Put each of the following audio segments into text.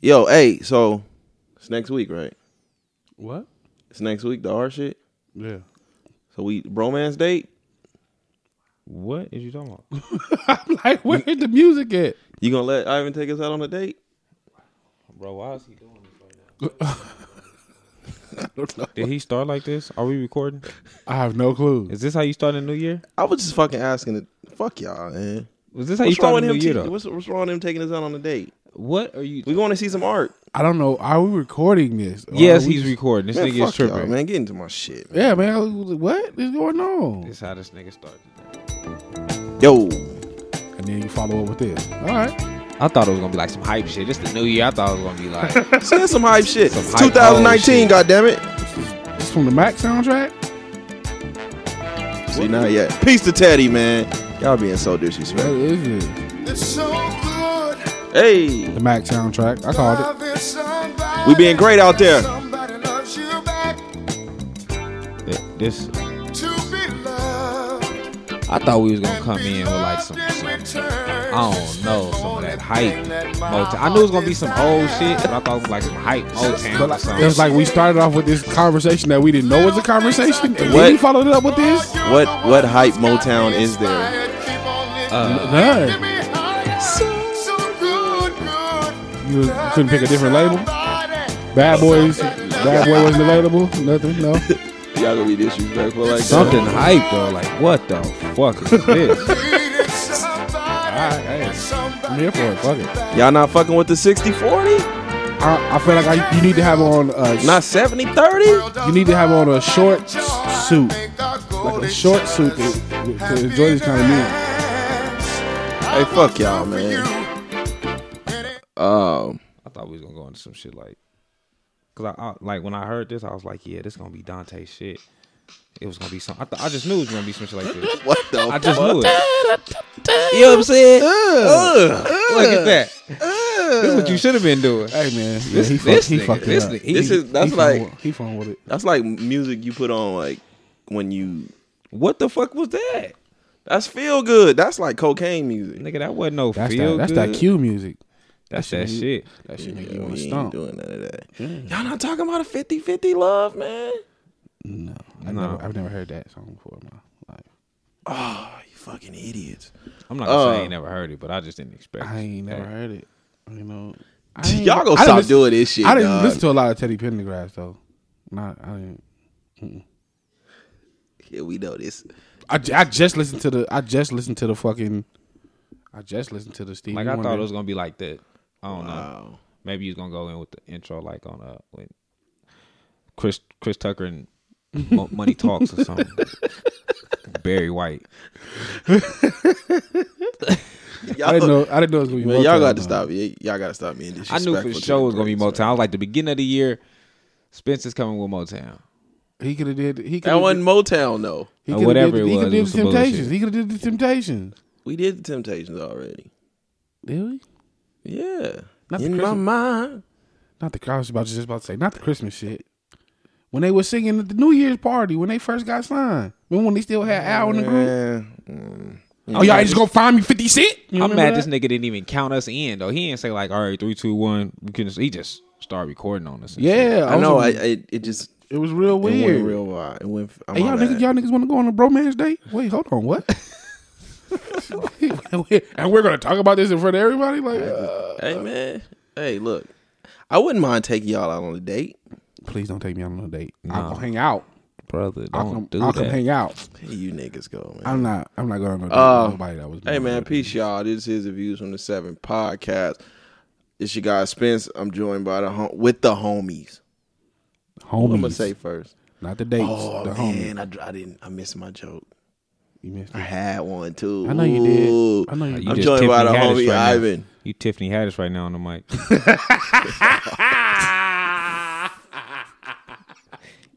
Yo, hey, so it's next week, right? What? It's next week, the hard shit. Yeah. So we bromance date. What is you talking about? I'm like, where the music at? You gonna let Ivan take us out on a date? Bro, why is he doing this right now? I don't know. Did he start like this? Are we recording? I have no clue. Is this how you start a new year? I was just fucking asking it. Fuck y'all, man. Was this how you What's wrong start with a new him? year ta- though? what's, what's wrong with him taking us out on a date? What are you? We going to see some art. I don't know. Are we recording this? Or Yes, are we he's just- recording. This Man, nigga is fuck y'all, tripping. man. Get into my shit. man. Yeah, man. I was- What is going on? This how this nigga started. Yo, And then you follow up with this. All right. I thought it was gonna be like some hype shit. It's the new year. I thought it was gonna be like, send some hype shit. Some It's hype Oh, 2019, shit. goddammit. It's from the Mac soundtrack. See, not yet. Peace to Teddy, man. Y'all being so What disrespectful. is it? Hey, The Mac soundtrack. I called it. we being great out there. Th- this. I thought we was gonna come in with like some, some I don't know, some of that hype. Motown. I knew it was gonna be some old shit, but I thought it was like some hype But Motown or like, it was something. like we started off with this conversation that we didn't know was a conversation, and What? then he followed it up with this. What what hype Motown is there? Uh, None. You couldn't pick a different label. Bad boys. Bad boy wasn't available. Nothing. No. Y'all gonna be disrespectful like something hype though. Like what the fuck is this? I'm here for it. Fuck it. that? Y'all not fucking with the 60 40? I, I feel like I, you need to have on uh, a Not 70 30? you need to have on a short s- suit, like a short suit to, to enjoy this kind of music. Hey, fuck y'all, man. Um, I thought we was gonna go into some shit like, cause I, I like when I heard this, I was like, yeah, this gonna be Dante shit. It was gonna be some. I, th- I just knew it was gonna be some shit like this. what the I just knew it. You know what I'm saying? Look at that. This is what you should have been doing. Hey man, yeah, This, he fucked, this he nigga, fucked it this up. nigga, He he- This is that's fucked like with- he fucked with it. that's like music you put on like when you what the fuck was that? that's feel good. That's like cocaine music. Nigga, that wasn't no That's feel that. That's good. that cue music. That's That that shit shit. That shit make Yeah, you want we to ain't stomp. doing none of that. Y'all not talking about a 50 50 love, man. No, I've, No. Never, I've never heard that song before in my life. Oh, you fucking idiots. I'm not gonna say I Uh, ain't never heard it, but I just didn't expect. I it. ain't never Hey, heard it. You know, I ain't- Y'all gonna I didn't stop listen- doing this shit. I didn't dog. listen to a lot of Teddy Pendergrass though. Not I didn't. Yeah, we know this. I, ju- I just listened to the I just listened to the fucking I just listened to the Stevie Like I Wonder. thought it was gonna be like that. I don't know. Wow. Maybe you was gonna go in with the intro like on uh with Chris Chris Tucker and Mo- Money Talks or something. Barry White. I Y'all, didn't know I didn't know it was gonna be man, y'all Motown, got to though. stop. Y- Y'all got to stop being I disrespectful. knew for to sure the it was gonna be brothers, Motown. I was like the beginning of the year, Spencer's coming with Motown. He could have did he could That wasn't Motown though. he or coulda whatever did, it he was, coulda it did was the some bullshit. Temptations. He could have did the Temptations. We did the Temptations already. Did we? Yeah. Not the In my Christmas- mind. Not the I was about just about to say not the Christmas shit. When they were singing at the New Year's party when they first got signed. Remember when they still had Al in the group? Oh y'all just gonna find me fifty cent? You I'm remember mad that? this nigga didn't even count us in though. He didn't say like, all right, three, two, one. We couldn't. He just started recording on us. and shit. Yeah, I know. I, was- I it just it was real it weird. went real wide. It went. Hey, y'all niggas, y'all niggas want to go on a bromance date? Wait, hold on, what? and we're gonna talk about this in front of everybody. Like, uh, Hey man. Hey, look. I wouldn't mind taking y'all out on a date. please don't take me out on a date. Nah. I'll come hang out. brother, I'll don't come, do I'll that. come hang out. Hey, you niggas go, man. I'm not. I'm not going on a date Uh, with nobody that was. hey man, peace y'all. This is the views from the seven podcast. It's your guy Spence. I'm joined by the hom- with the homies. What homies. I'm gonna say first. not the dates. Oh the homies. man, I, dr- I didn't. I missed my joke. You missed I it. had one too. I know you did. Ooh. I know you You I'm did. just joined by the Tiffany Haddish homie right now. Ivan. You Tiffany Haddish right now on the mic.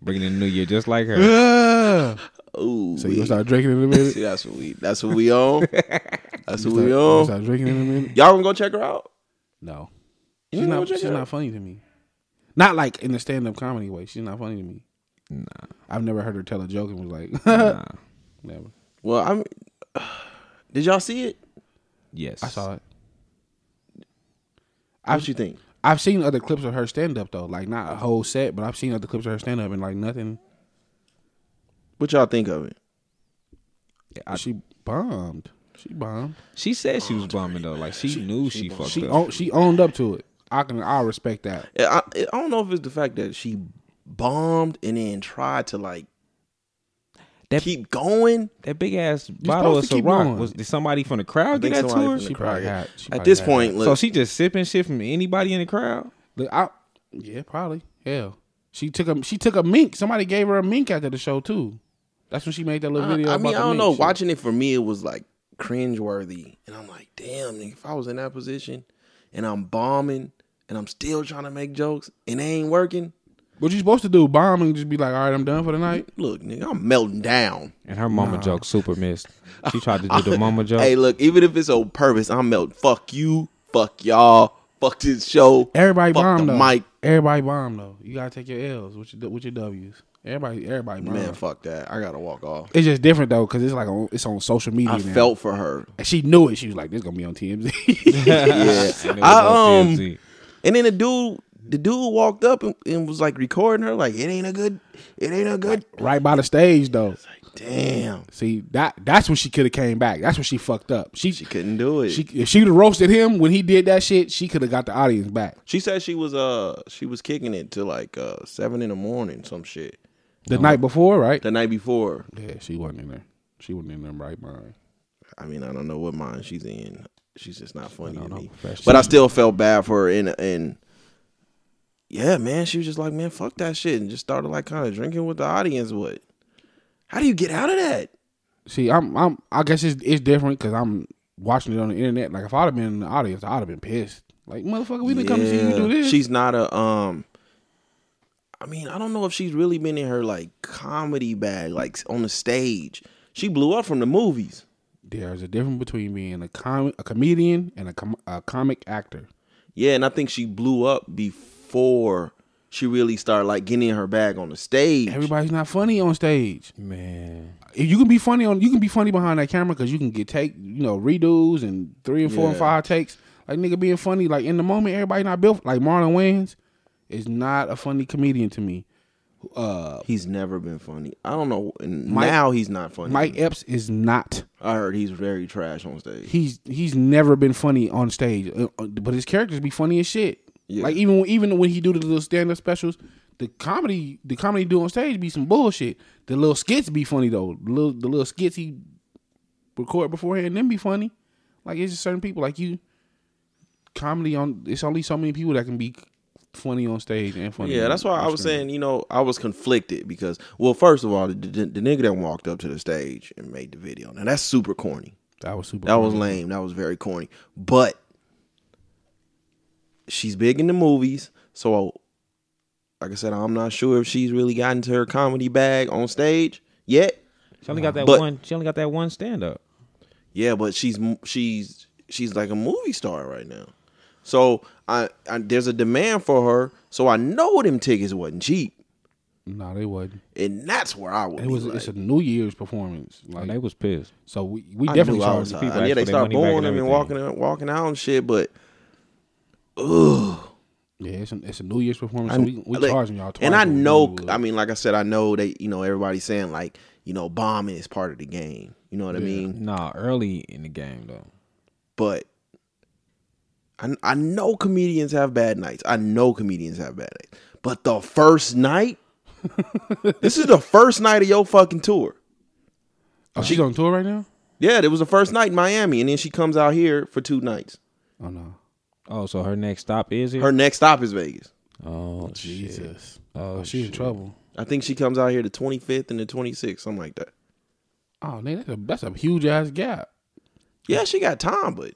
Bringing in the new year just like her. Ah. Ooh, so you gonna start drinking in a minute? See, that's what we. That's what we on. That's what we You gonna on. start drinking in a minute? Y'all gonna go check her out? No, You she's ain't gonna not. check She's her not out? funny to me. Not like in the stand up comedy way. She's not funny to me. Nah, I've never heard her tell a joke and was like, nah. never. Well, I'm. Did y'all see it? Yes. I saw it. What you think? I've seen other clips of her stand up though, like not a whole set, but I've seen other clips of her stand up and like nothing. What y'all think of it? I- she bombed. She bombed. She said Oh, she was bumming though. Like she, knew she, fucked She up. own, she owned up to it. I can I respect that. I, I I don't know if it's the fact that she bombed and then tried to like That- keep going. that big ass bottle of supposed to keep Ciroc going. was did somebody from the crowd get think that to somebody her? from the She crowd. probably had. She At probably this had point, so look, she just sipping shit from anybody in the crowd. that. Look, I, yeah, probably. Hell, she took a she took a mink. Somebody gave her a mink after the show too. That's when she made that little I, video. Uh, I about mean, I the don't mink know. shit. Watching it for me, it was like cringeworthy, and I'm like, damn, nigga, if I was in that position, and I'm bombing, and I'm still trying to make jokes, and they ain't working. What you supposed to do? Bomb and just be like, all right, I'm done for the night. Look, nigga, I'm melting down. And her mama joke super missed. She tried to do the mama joke. Hey, look, even if it's on purpose, I'm melting. Fuck you, fuck y'all, fuck this show. Everybody fuck bomb the though. mic. Everybody bomb though. You gotta take your L's with your with your W's. Everybody, everybody bomb. Man, fuck that. I gotta walk off. It's just different though, cause it's like on, it's on social media. I now. felt for her. And she knew it. She was like, "This gonna be on TMZ." Yeah, And it was I on um, TMZ. and then the dude, the dude walked up and, and was like recording her. Like it ain't a good, it ain't a good. right by the stage though. Damn, See that that's when she could have came back. That's when she fucked up. She she she, couldn't do it. She, if she would have roasted him when he did that shit, she could have got the audience back. she said she was uh she was kicking it to like uh seven in the morning, some shit. The night before, right? The night before. Yeah, she wasn't in there. She wasn't in her right mind. I mean, I don't know what mind she's in. She's just not funny to me. professional. But I still felt bad for her. And and yeah, man, she was just like, man, fuck that shit, and just started like kind of drinking with the audience. What? How do you get out of that? See, I'm I'm I guess it's it's different because I'm watching it on the internet. Like if I'd have been in the audience, I'd have been pissed. Like motherfucker, we didn't come to see you Yeah. do this. She's not a um. I mean, I don't know if she's really been in her like comedy bag, like on the stage. She blew up from the movies. There's a difference between being a com a comedian and a com- a comic actor. Yeah, and I think she blew up before she really started like getting in her bag on the stage. Everybody's not funny on stage. man. if you can be funny on you can be funny behind that camera because you can get take you know redos and three and four and Yeah. five takes like nigga being funny like in the moment everybody not built like Marlon Wayans is not a funny comedian to me uh He's never been funny. I don't know. And Mike- now he's not funny. Mike Epps is not I heard he's very trash on stage. he's he's never been funny on stage uh, uh, but his characters be funny as shit Yeah. like even when- even when he do the little stand up specials the comedy the comedy he do on stage be some bullshit the little skits be funny though the little the little skits he record beforehand then be funny like it's just certain people like you comedy on it's only so many people that can be funny on stage and funny yeah, on- that's why on I was screen. saying, you know, I was conflicted because, well, first of all, the, the, the nigga that walked up to the stage and made the video. Now, that's super corny. that was super That was Mm-hmm. funny. lame. That was very corny. But she's big in the movies. So, like I said, I'm not sure if she's really gotten to her comedy bag on stage yet. She only got that But- one she only got that one stand up. Yeah, but she's she's she's like a movie star right now. So I, I there's a demand for her. So I know them tickets wasn't cheap, no they wasn't and that's where I would. it was it's a New Year's performance like And they was pissed. so we, we I definitely knew I charged was the high. people asked Yeah, for they their start money back booing and them and everything. walking out, walking out and shit. But Yeah, it's, an, it's a New Year's performance. I- so we we like- charging y'all twice. And I what we know, normally would. I mean, like I said, I know they, you know, everybody's saying like, you know, bombing is part of the game. You know what I mean? Nah, early in the game though. But I, I know comedians have bad nights. I know comedians have bad nights. But the first night, this is the first night of your fucking tour. oh, she's on tour right now. Yeah, it was the first night in Miami, and then she comes out here for two nights. Oh no, Oh, so her next stop is here? Her next stop is Vegas. oh shit. Jesus, Oh, oh, she's in shit. trouble. I think she comes out here the 25th and the 26th, something like that. Oh, nigga, that's a, that's a huge ass gap. Yeah, she got time, but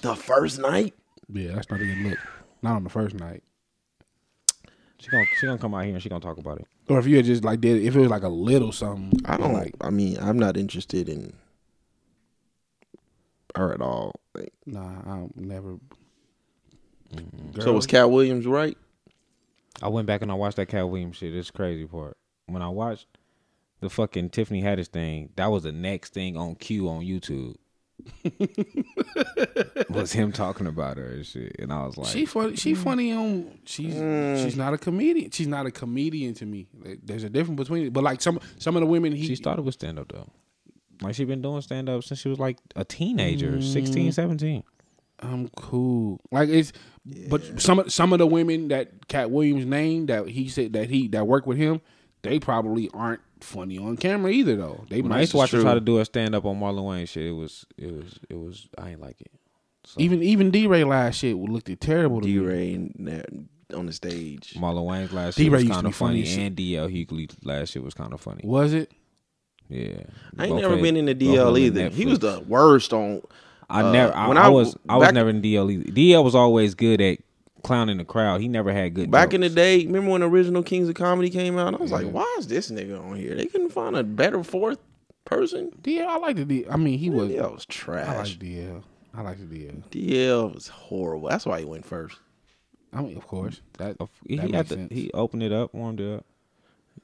the first night. Yeah, that's not a good look. Not on the first night. She gonna she gonna come out here and she gonna talk about it. Or if you had just like did, if it was like a little something. I don't like. I mean, I'm not interested in her at all. Like, Nah, I don't, never. so was Cat Williams right? I went back and I watched that Cat Williams shit. It's crazy part. When I watched the fucking Tiffany Haddish thing, that was the next thing on cue on YouTube. was him talking about her and shit. And I was like, She funny. She funny on. She's she's not a comedian. She's not a comedian to me. Like, There's a difference between. it. But like some some of the women he she started with stand up though. Like she been doing stand up since she was like a teenager, sixteen, seventeen. I'm cool. Like it's, but some of- some of the women that Cat Williams named that he said that he that work with him, they probably aren't funny on camera either though. They When might I used to watch her try to do a stand up on Marlon Wayne shit, it was, it was, it was, I ain't like it. So, even even D Ray last shit looked terrible. Mm-hmm. To D me. Ray in there on the stage. Marlon Wayne's last shit D-Ray was used to kind be of funny funny, as shit. and DL Hughley last shit was kind of funny. Was it? Yeah, I ain't Both never had- been into both of them DL on either. He was Netflix. the worst on. I uh, never. I, when I, I- was. I was back- never in DL either. DL was always good at clowning the crowd. He never had good. Back in the jokes. day, remember when original Kings of Comedy came out? I was Mm-hmm. like, why is this nigga on here? They couldn't find a better fourth person. DL, I like the D. I mean, he was. DL was I like trash. DL. I like the DL. DL was horrible. That's why he went first. I mean, of course, that he, that had makes the, sense. he opened it up, warmed it up.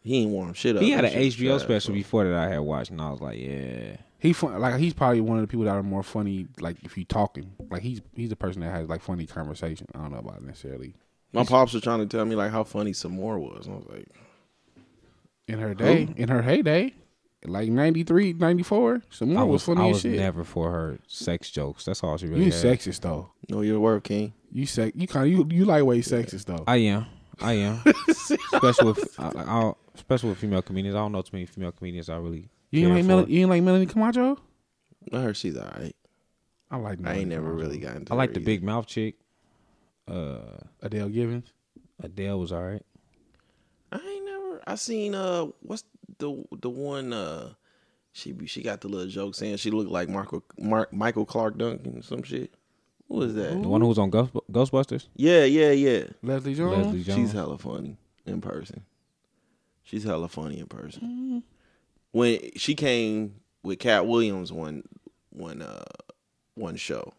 He ain't warm shit up. He had That an shit was HBO trash, special bro. before that I had watched, and I was like, yeah. He fun, like he's probably one of the people that are more funny. Like if you talking, like he's he's a person that has like funny conversation. I don't know about necessarily My pops were trying to tell me like how funny some more was. I was like, in her day, in her heyday, like 93, 94, some more I was, was, funny I as was shit. never for her sex jokes. That's all she really you had. sexist though. "Know your worth, King." You sex. You kind of you you lightweight sexist though. I am. I am. especially with I, I, I'll- especially with female comedians. I don't know too many female comedians I really you ain't care like for. Mel- you ain't like Melanie Camacho. I heard she's all right. I like. I Melanie ain't never Camacho. really got into. I like her the either. big mouth chick. Uh Adele Givens. Adele was all right. I ain't never. I seen uh, what's the the one uh, she be- she got the little joke saying she looked like Michael Mark, Michael Clark Duncan or some shit. What was that? The one who was on Ghost, Ghostbusters. Yeah, yeah, yeah. Leslie Jones. Leslie Jones. She's hella funny in person. She's hella funny in person. Mm-hmm. When she came with Cat Williams one one uh one show,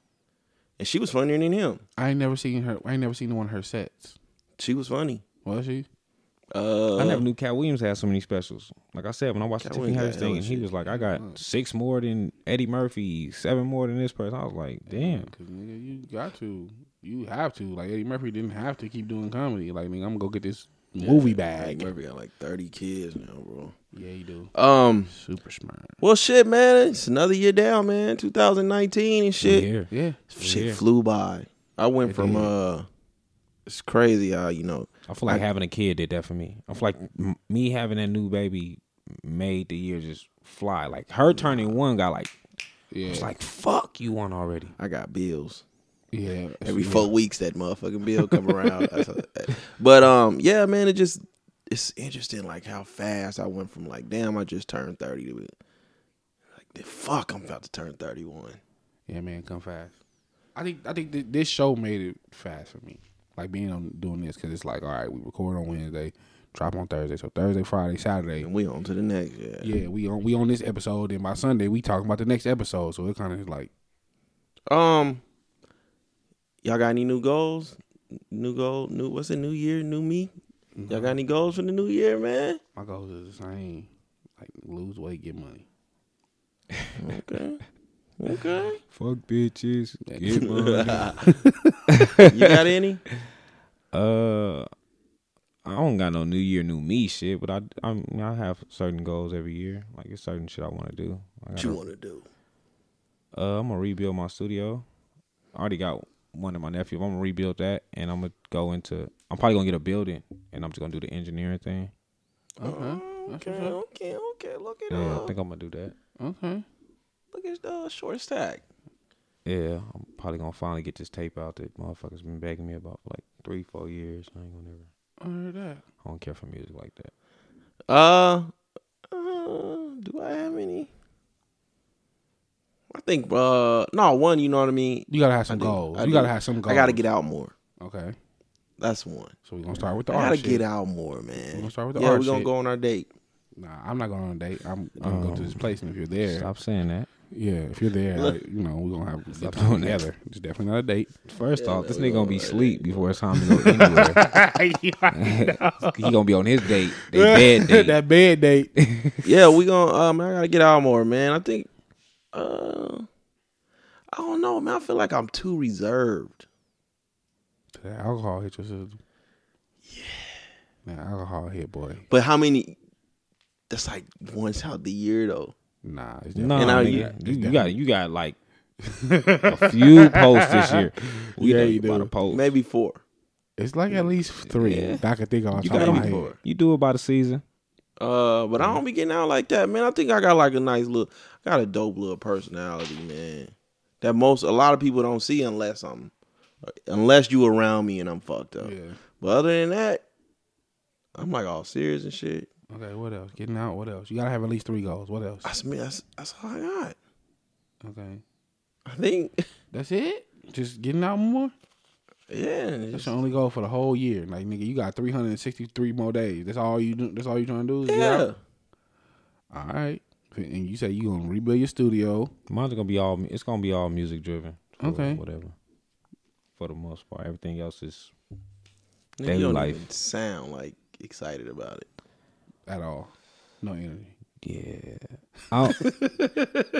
and she was funnier than him. I ain't never seen her. I ain't never seen one of her sets. She was funny. Was she? Uh, I never knew Cat Williams had so many specials. Like I said, when I watched Cat the Tiffany Williams got Harris thing, hella and he shit. was like, "I got six more than Eddie Murphy, seven more than this person." I was like, "Damn, Cause nigga, you got to. You have to. Like Eddie Murphy didn't have to keep doing comedy. Like nigga, I'm gonna go get this movie Eddie bag. Murphy got like thirty kids now, bro. Yeah, you do. Um. Super smart. Well, shit, man. It's another year down, man. 2019 and shit. here, Yeah. Shit Yeah. flew by. I went from uh, it's crazy how you know. I feel like having a kid did that for me. I feel like m- me having that new baby made the year just fly. Like her turning one got like, Yeah. it's like fuck you one already. I got bills. yeah. every four weeks that motherfucking bill come around. That's a- but um, yeah, man, it just it's interesting like how fast I went from like, damn, I just turned thirty to like, fuck, I'm about to turn thirty one. Yeah, man, come fast. I think I think th- this show made it fast for me. Like being on doing this because it's like, all right, we record on Wednesday, drop on Thursday. So Thursday, Friday, Saturday. And we on to the next. Yeah, Yeah, we on we on this episode, and by Sunday we talking about the next episode. So it kind of like Um, y'all got any new goals? New goal? New what's it? New year? New me? Y'all Mm-hmm. got any goals for the new year, man? my goals is the same, like lose weight, get money. Okay. Okay. Fuck bitches, get money. You got any? uh, I don't got no new year, new me shit, but I I, mean, I have certain goals every year. Like it's certain shit I want to do. I What gotta- you want to do? Uh, I'm gonna rebuild my studio. I already got one of my nephew. I'm gonna rebuild that, and I'm gonna go into. I'm probably gonna get a building, and I'm just gonna do the engineering thing. Okay, that's Okay. what's up. Okay. Okay. Look at Yeah, I uh, think I'm gonna do that. Okay, look at uh, short stack. Yeah, I'm probably gonna finally get this tape out that motherfuckers been begging me about for like three, four years. I ain't gonna never. I heard that. I don't care for music like that. Uh, uh, do I have any? I think uh no one, you know what I mean? You gotta have some do. goals. I you do. gotta have some goals. I gotta get out more. Okay, That's one. so we gonna start with the I art. gotta shit. get out more, man. We're gonna start with the yeah, art we're gonna shit. go on our date. Nah, I'm not going on a date. I'm gonna go to this place, and if you're there, Stop saying that. yeah, if you're there, like, you know, we're gonna have a good Stop time doing that. together. It's definitely not a date. First off, this nigga gonna be asleep before it's time to go anywhere. he gonna be on his date, they bed date. that bed date. yeah, we gonna um I gotta get out more, man. I think uh I don't know, man. I feel like I'm too reserved. That alcohol hit your system. Yeah. That alcohol hit, boy. But how many? That's like once out the year though. Nah. It's No, And I- nigga, yeah, you, you got you got like a few posts this year. We Yeah, know you you about do. a post. Maybe four. It's like at least three Yeah. that I can think of. off you the top of got my you, head. you do about a season. Uh, but I don't be getting out like that, man. I think I got like a nice little, I got a dope little personality, man. That most a lot of people don't see unless I'm, unless you around me and I'm fucked up. Yeah. But other than that, I'm like all serious and shit. Okay. What else? Getting out. What else? You gotta have at least three goals. What else? That's me. That's that's all I got. Okay. I think, That's it. Just getting out more. yeah. That's it's- your only goal for the whole year. Like nigga, you got 363 more days. That's all you do. That's all you trying to do. Is get yeah. out? All right. And you say you gonna rebuild your studio. Mine's gonna be all. mu- It's gonna be all music driven. for Okay. Whatever. For the most part, everything else is. Nigga, Daily you don't life. even sound like excited about it. at all. No energy. Yeah. I'll-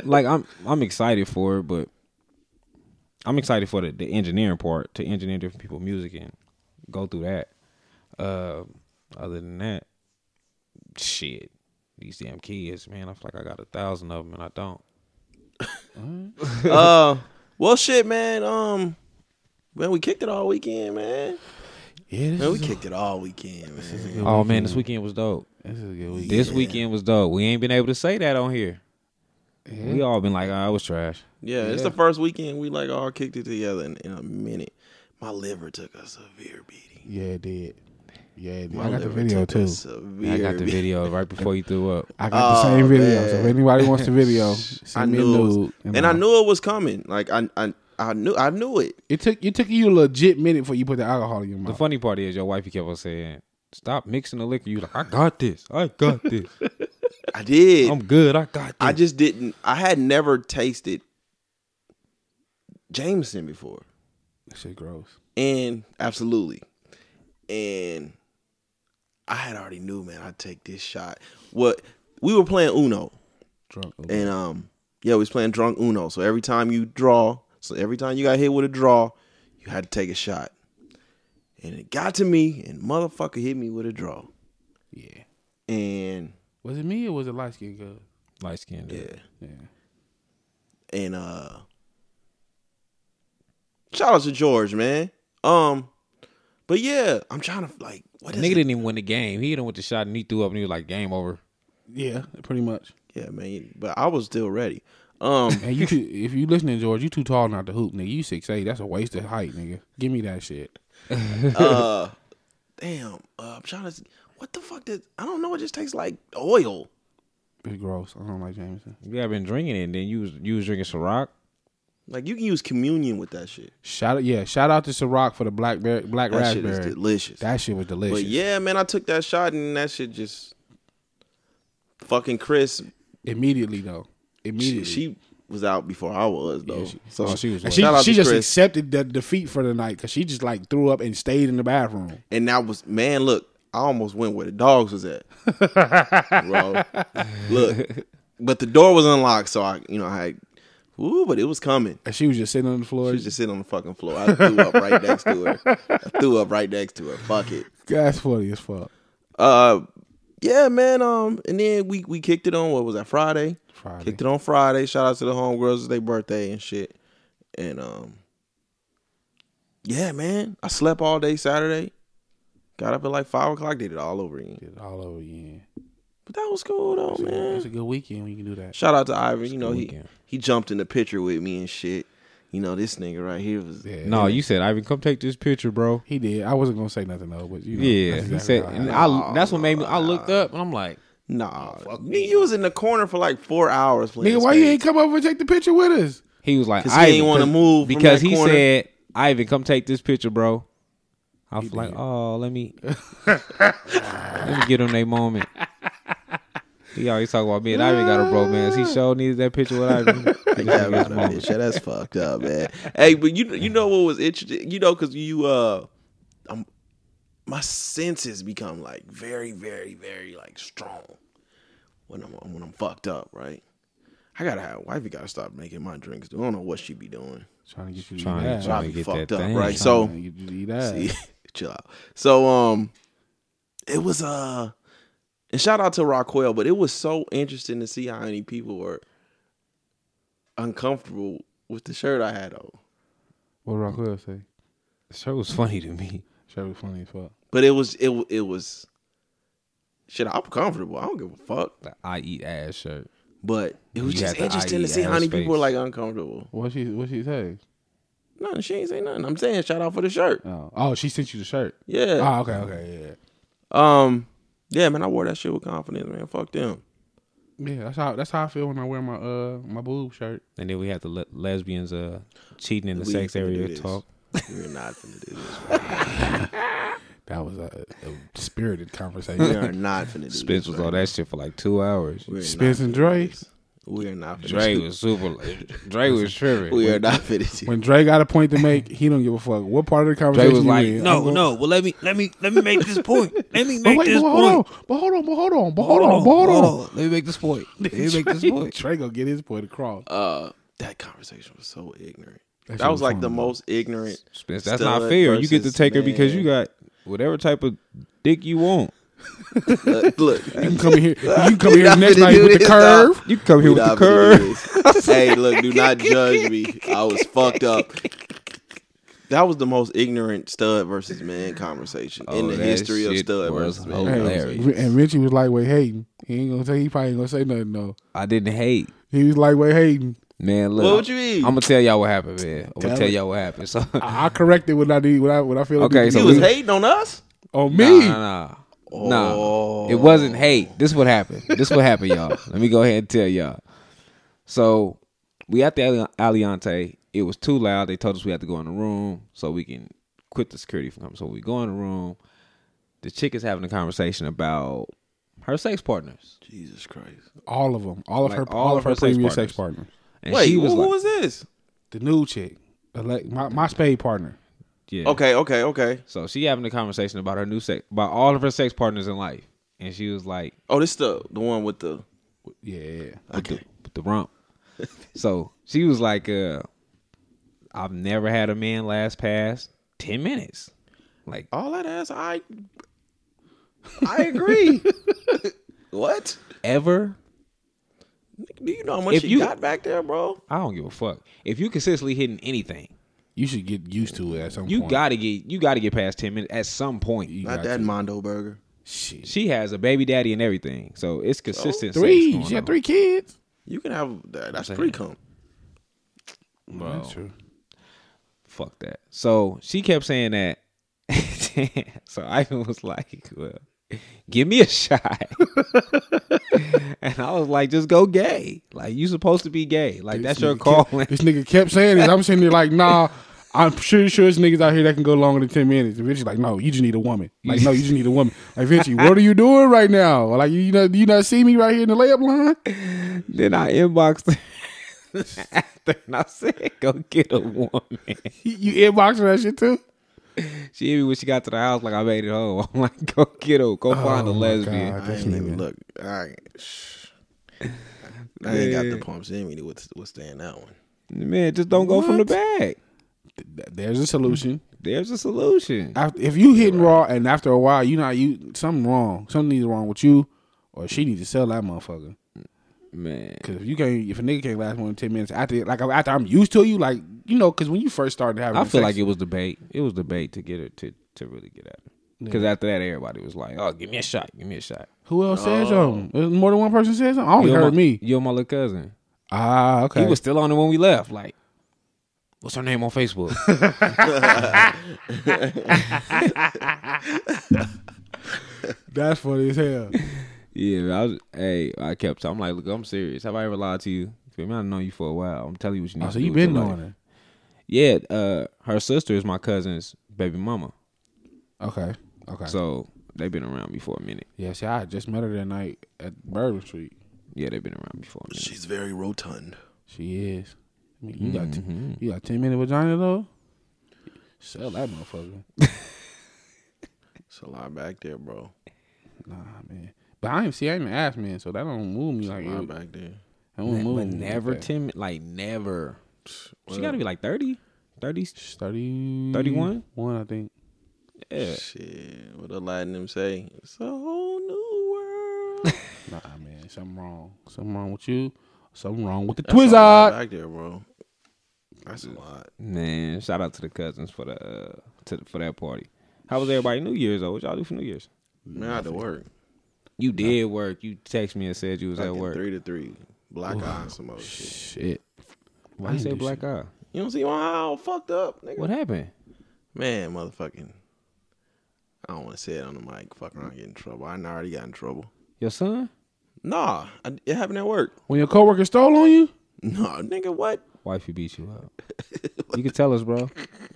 like I'm. I'm excited for it, but I'm excited for the, the engineering part to engineer different people's music and go through that. Uh, other than that, shit. These damn kids, man. I feel like I got a thousand of them, and I don't. uh, well, shit, man. Um, man, we kicked it all weekend, man. Yeah, this Man, we is, kicked it all weekend, man. good Oh man, this weekend was dope. this is a good week. This Yeah. weekend was dope. We ain't been able to say that on here. We all been like, oh, it was trash. Yeah, it's Yeah. the first weekend we like all kicked it together in, in a minute. My liver took a severe beating. Yeah, it did. Yeah, it did. My I got the liver video took a too. severe I got the beating. video right before you threw up. I got the Oh, same video. So if man. anybody wants the video, send I me a knew, it was- nude. and I knew it was coming. Like I, I, I knew, I knew it. it took it took you a legit minute before you put the alcohol in your The mouth. funny part is your wife kept on saying, Stop mixing the liquor. You like, I got this. I got this. I did. I'm good. I got this. I just didn't. I had never tasted Jameson before, that shit gross. and absolutely, and I had already knew, man. I'd take this shot. What we were playing Uno. Drunk. Oh, And um, yeah, we was playing drunk Uno. So every time you draw, so every time you got hit with a draw, you had to take a shot. And it got to me, and motherfucker hit me with a draw. Yeah. And Was it me or was it light skin girl? light skinned. yeah, Yeah. and uh, shout out to George, man. Um, but yeah, I'm trying to like what is Nigga it? didn't even win the game. He done with the shot and he threw up and he was like, game over. Yeah, pretty much. Yeah, man. But I was still ready. Um, And you, too, if you listening, George, you too tall not to hoop, nigga. You six eight. That's a waste of height, nigga. Give me that shit. uh, damn. Uh, I'm trying to. What the fuck did I don't know? It just tastes like oil. It's gross. I don't like Jameson. You have been drinking it and then you was you was drinking Ciroc. Like you can use communion with that shit. Shout out, yeah. Shout out to Ciroc for the blackberry, black That shit raspberry. is delicious. that shit was delicious. but yeah, man, I took that shot and that shit just fucking Chris. immediately though. She, Immediately, she was out before I was though. Yeah, she- so oh, she And was wet. she, shout out she to just Chris. accepted the defeat for the night because she just like threw up and stayed in the bathroom. and that was man. Look, I almost went where the dogs was at, bro. Look, but the door was unlocked, so I, you know, I, had, ooh, but it was coming. And she was just sitting on the floor. She was just sitting on the fucking floor. I threw up right next to her. I threw up right next to her. Fuck it. That's funny as fuck. Uh, yeah, man. Um, and then we we kicked it on. What was that? Friday. Friday. Kicked it on Friday. Shout out to the homegirls. It's their birthday and shit. And um, yeah, man. I slept all day Saturday. Got up at like five o'clock. Did it all over again. Did it all over again. But that was cool though, It's a man. good weekend when you can do that. Shout out to Ivan. You know good he weekend. he jumped in the picture with me and shit. You know this nigga right here was Yeah, No, you said, Ivan, come take this picture, bro. he did. I wasn't gonna say nothing though, but you know, yeah. that's He exactly Oh. said how it and happened. I that's what made me I looked up and I'm like, nah. nigga, you was in the corner for like four hours playing. nigga, why you space. ain't come over and take the picture with us? He was like, 'Cause he ain't Ivan, wanna 'cause- move from because that he corner. said, "Ivan, come take this picture, bro." I was like, "Oh, let me let me get him that moment." He always talk about me and Ivan got a bromance. He showed needed that picture with Ivan. Yeah, about a bitch. Yeah, that's fucked up, man. Hey, but you you know what was interesting? You know, because you uh, I'm, my senses become like very, very, very like strong when I'm when I'm fucked up, right? I gotta have wifey gotta stop making my drinks. I don't know what she be doing. Trying to get you to Trying- eat ass. trying I'd be get fucked that up, thing. right? So Trying to get you to eat ass. See, chill out. So um, it was uh, and shout out to Rockwell, but it was so interesting to see how many people were uncomfortable with the shirt I had on. What Rockwell say? The show was funny to me. Sure was funny as fuck. But it was it wa- it was shit. I'm comfortable. I don't give a fuck. The I eat ass shirt. But it was You just had the E interesting to ID see how many ass people were face. like uncomfortable. What she what she say? Nothing. She ain't say nothing. I'm saying shout out for the shirt. Oh, oh, she sent you the shirt. Yeah. Oh, okay, okay, Ah. Um. Yeah, man. I wore that shit with confidence, man. Fuck them. yeah, yeah. That's how that's how I feel when I wear my uh my boob shirt. And then we had the le- lesbians uh cheating in the We ain't sex finna do area this. talk. We're not finna do this. That was a, a spirited We conversation. are not finna do Spence this. was right on that shit for like two hours. We are Spence not and finna Dre? do this. We are not finna Dre do- was super. Dre was tripping. We are not finna do when Dre got a point to make, he don't give a fuck. What part of the Dre conversation? was you like, in? "No, I'm gonna- no. Well, let me, let me, let me make this point. Let me But make wait, this but point. hold on, but hold on, but hold on, but hold on, but hold on. Let me make this point. Let me make this point. Trey gonna get his point across. Uh, that conversation was so ignorant. That, shit was like fun, the though. most ignorant. Spence, that's stud not fair. You get to versus take her because man. you got whatever type of dick you want. Look, look, You can come in here. You can come in We here not next finna night do with the this, curve. You come here we with the not finna curve. do this. hey, look, do not judge me. I was fucked up. That was the most ignorant stud versus man conversation in Oh, the that history of shit stud was versus man. Hey, hilarious. conversation. and Richie was lightweight hating. He ain't gonna say. He probably ain't gonna say nothing though. I didn't hate. He was lightweight hating. Man, look. What would you eat? I'm gonna tell y'all what happened, man. I'm gonna Tell tell it. y'all what happened. So, I, I corrected what I need. What I what I feel. I Mm-hmm. Okay, need to so do. You was hating on us. on nah, me. nah, nah. nah. It Oh. wasn't hate. This what happened. This what happened, y'all. Let me go ahead and tell y'all. So, we at the Ali- Aliante. It was too loud. They told us we had to go in the room so we can quit the security from coming. So we go in the room. The chick is having a conversation about her sex partners, Jesus Christ. All of them. All of Like, her. All, of her, previous sex partners. and Wait, she was who, like, who was this? The new chick. Elect- My my spade partner. "Yeah, Okay, okay, okay. So she having a conversation about her new sex, about all of her sex partners in life, and she was like, Oh, this the the one with the Yeah. with the, with the rump. so she was like, uh, I've never had a man last past 10 minutes. Like, all that ass. I I agree. what? ever? Do you know how much If she you- got back there, bro? I don't give a fuck. If you consistently hitting anything, You should get used to it at some you point. gotta get you gotta get past 10 minutes at some point. You Not got that to. Mondo burger. Shit. She has a baby daddy and everything. So it's consistent. sex Three. going She on. had three kids. You can have that. That's pre cum. Bro. That's true. fuck that. So she kept saying that. so Ivan was like, well, give me a shot. and I was like, just go gay. Like, you supposed to be gay. Like, that's your calling. This nigga kept saying this. I'm sitting there like, nah. I'm pretty sure there's niggas out here that can go longer than ten minutes. And Vinci like, no, you just need a woman. Like, no, you just need a woman. Like, Vinci, what are you doing right now? Like, you not you not see me right here in the layup line? then I inboxed her after and I said, go get a woman. You inboxing that shit too? She hit me when she got to the house, like, I made it home. I'm like, go get a, go find a Oh my lesbian. God. I ain't even look. I ain't, shh. I ain't got the pumps in me to with- withstand that one. Man, just don't go from the back. Th- There's a solution. There's a solution. After, if you hitting raw and after a while you not you something wrong. Something is wrong with you, or she needs to sell that motherfucker. Man. Cause if you can't, if a nigga can't last more than ten minutes after, like after I'm used to you, like you know, cause when you first started having, I feel sex- like it was debate. It was debate to get her to to really get at her. Because after that, everybody was like, "Oh, give me a shot, give me a shot." Who else said something? Uh, More than one person said something. I only Oh. You Oh, heard my, me. You my little cousin. Ah, okay. He was still on it when we left. Like, what's her name on Facebook? That's funny as hell. yeah, I was. Hey, I kept. I'm like, look, I'm serious. Have I ever lied to you? Feel me? I know you for a while. I'm telling you what you need. Oh, to so do you with been your life. knowing her? Yeah, uh, her sister is my cousin's baby mama, Okay, okay. so they've been around me for a minute. yeah, see, I just met her that night at Bourbon Street. Yeah, they've been around me for a minute. She's very rotund. She is. I mean, you got Mm-hmm. t- you got ten minute vagina though. Sell that motherfucker. It's a lot back there, bro. Nah, man. But I ain't see, I ain't an ass man, so that don't move me It's a like lot it, back there. I wouldn't but move. never like that. Tim, like never. She got to be like 30, 30. She's 30, 31? One, I think. Yeah. Shit, what a lot of them say. It's a whole new world. Nah, man, something wrong. Something wrong with you. Something wrong with the That's a lot Twizzard. Back there, bro. That's a lot. Man, shout out to the cousins for the uh, to the, for that party. How was everybody New Year's though? What y'all do for New Year's? Man, I had to work. You did work. You text me and said you was at Fucking work. Three to three. Black eye and some other shit. Shit. Why you I say ain't do black eye? You don't see my eye all fucked up, nigga. What happened? Man, motherfucking. I don't want to say it on the mic. Fuck around, get in trouble. I done already got in trouble. Your son? Nah, I, it happened at work. When your coworker stole on you? Nah, nigga, what? Wifey beat you up. you can tell us, bro.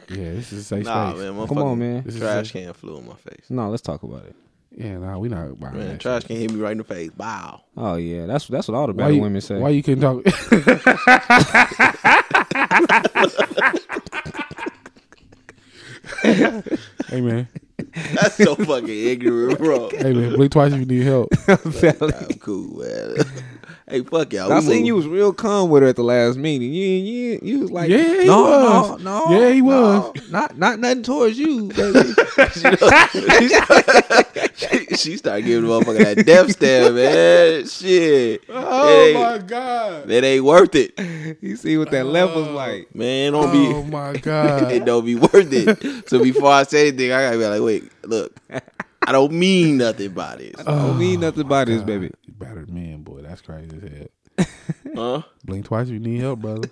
Yeah, this is a safe Nah, space. man, motherfucking Come on, man. This is Trash can flew in my face. No, let's talk about it. Yeah, nah, we not buying Man, that trash can hit me right in the face. Wow. Oh yeah, that's that's what all the Why better you, women say. Why you couldn't talk? hey man, That's so fucking ignorant, bro. hey man, blink twice if you need help. I'm cool, man. hey, fuck y'all. I We seen move. you was real calm with her at the last meeting. You you, you was like, Yeah, he no, was. no, no, Yeah, he no, was. not not nothing towards you, baby. she, she started giving the motherfucker that death stare, man. Shit. Oh it, ain't, Oh, god! it ain't worth it. you see what that level's like. Man, it don't be. Oh my god! it don't be worth it. So before I say anything, I gotta be like, wait, look, I don't mean nothing by this. Oh, don't mean nothing by this, baby. Battered man, boy, that's crazy as hell. Huh? Blink twice if you need help, brother.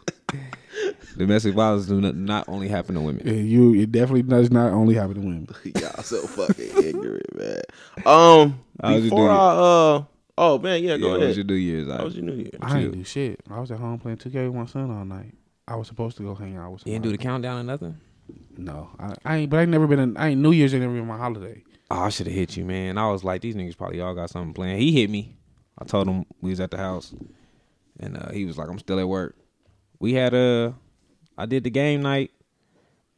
Domestic violence do not, not only happen to women. And you, it definitely does not only happen to women. Y'all so fucking ignorant, man. Um, How was your New before Year? I uh, oh man, yeah, Yeah, go what ahead. you do years? How was your New Year? I you? ain't do shit. I was at home playing 2K with my son all night. I was supposed to go hang out with. You didn't do somebody. the countdown or nothing. No, I, I ain't. But I ain't never been. In, I ain't New Year's ain't never been my holiday. Oh, I should have hit you, man. I was like, these niggas probably all got something planned. He hit me. I told him we was at the house, and uh, he was like, I'm still at work. We had uh, I did the game night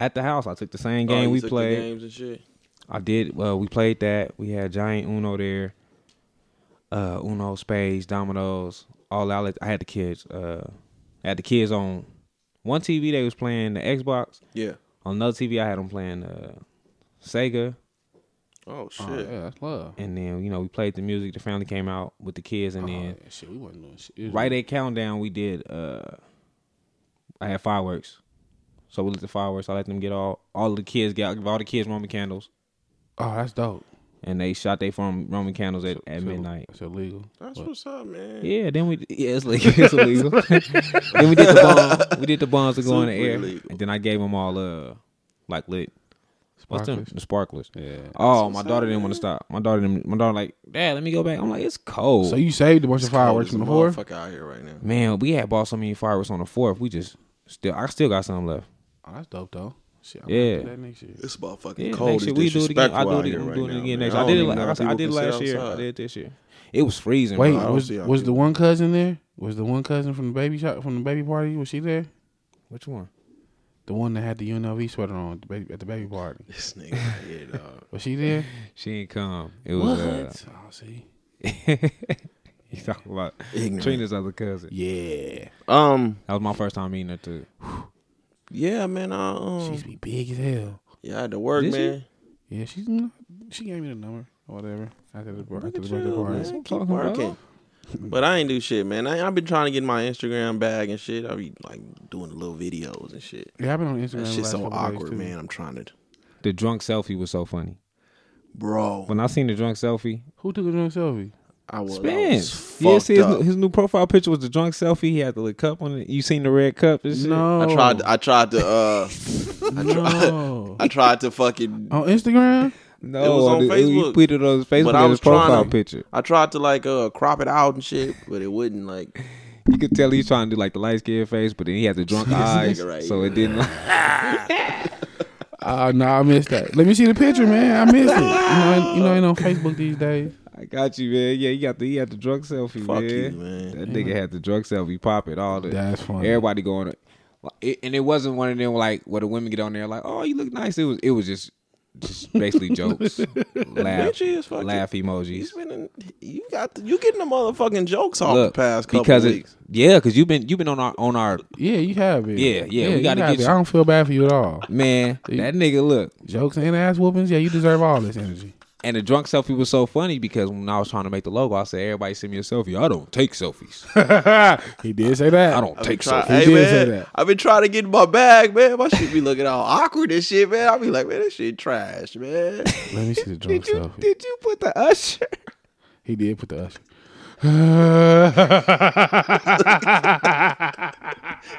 at the house. I took the same game Oh, you we took the played. games and shit. I did. Well, we played that. We had giant Uno there, uh, Uno, spades, dominoes, all out. I had the kids. Uh, I had the kids on one TV. They was playing the Xbox. Yeah. On another TV, I had them playing uh, Sega. Oh shit. Oh, yeah, that's love. And then you know we played the music. The family came out with the kids, and Oh, then yeah, shit, we wasn't doing shit. It was- right at countdown, we did. uh I had fireworks, so we lit the fireworks. I let them get all all the kids got all the kids Roman candles, Oh, that's dope. and they shot they from Roman candles at, at So- midnight. It's illegal. That's But- what's up, man. Yeah, then we yeah, it's legal. It's illegal. then we did the bomb. We did the bombs to go in the Super air, legal. and then I gave them all uh like lit. What's them? Sparklers. The sparklers. Yeah. Oh, my daughter didn't want to stop. My daughter, didn't, my daughter, like, Dad, let me go back. I'm like, it's cold. So you saved a bunch of fireworks from Cold as a the whore. motherfucker out here right now. Man, we had bought so many fireworks on the fourth. We just still, I still got some left. Oh, that's dope though. Shit, I'm Yeah. yeah. That next year. It's about fucking Yeah, cold. next year we do it again. I do it again. I'm doing it again next year. I did it. Like, I, said, I did it last year. I did it this year. It was freezing. Wait, bro. don't was see how was the people- one cousin there? Was the one cousin from the baby shop from the baby party? Was she there? which one? The one that had the UNLV sweater on at the baby, at the baby party. This nigga, right here, dog. Was she there? She ain't come. It was. Uh, Oh, see. you talking about Ignorant. Trina's other cousin? Yeah. Um, That was my first time meeting her too. yeah, man. I, um, She's be big as hell. yeah, I had to work, Did she? man. Yeah, she's not- she gave me the number or whatever after the after the Look at birthday you, party. man. I'm Keep talking about. working. But I ain't do shit, man. I, I've been trying to get my Instagram bag and shit. I be like doing little videos and shit. Yeah, I've been on Instagram. That the shit's last so couple days, awkward, too. man. I'm trying to, The drunk selfie was so funny. bro. When I seen the drunk selfie, Who took a drunk selfie? I was, I Oh, was Spence. fucked Yeah, see his, up. his new profile picture was the drunk selfie. He had the little cup on it. You seen the red cup? And shit? No, I tried. I tried to. uh no. I tried to fucking. on Instagram. no. It was on dude, He Facebook. put it on his Facebook. But I as was his profile trying to- picture. I tried to like uh crop it out and shit, but it wouldn't like. You could tell he's trying to do like the light skinned face, but then he had the drunk eyes, nigga right so it didn't. Like, Uh, no, I missed that. Let me see the picture, man. I missed it. You know, you know, ain't on Facebook these days. I got you, man. Yeah, you got the he had the drunk selfie, Fuck man. you, man. That nigga had the drunk selfie pop it all the That's funny. everybody going. It, and it wasn't one of them like where the women get on there like, oh, you look nice. It was it was just just basically jokes, laugh, Richie is fucking- laugh emojis. He's been in, you got the, you getting the motherfucking jokes off Look, the past couple because weeks. It, yeah, because you've been you've been on our on our Yeah, you have it. Yeah, yeah, we you gotta have get it. you- I don't feel bad for you at all. man. That nigga look. Jokes and ass whoopings. Yeah, you deserve all this energy. And the drunk selfie was so funny because when I was trying to make the logo, I said, "Everybody send me a selfie. I don't take selfies. he did say that. I don't I've been take try- selfies." hey He did say man, that. I've been trying to get in my bag, man. My shit be looking all awkward and shit, man. I be like, man, this shit trash, man. Let me see the drunk selfie. Did you put the usher? He did put the usher.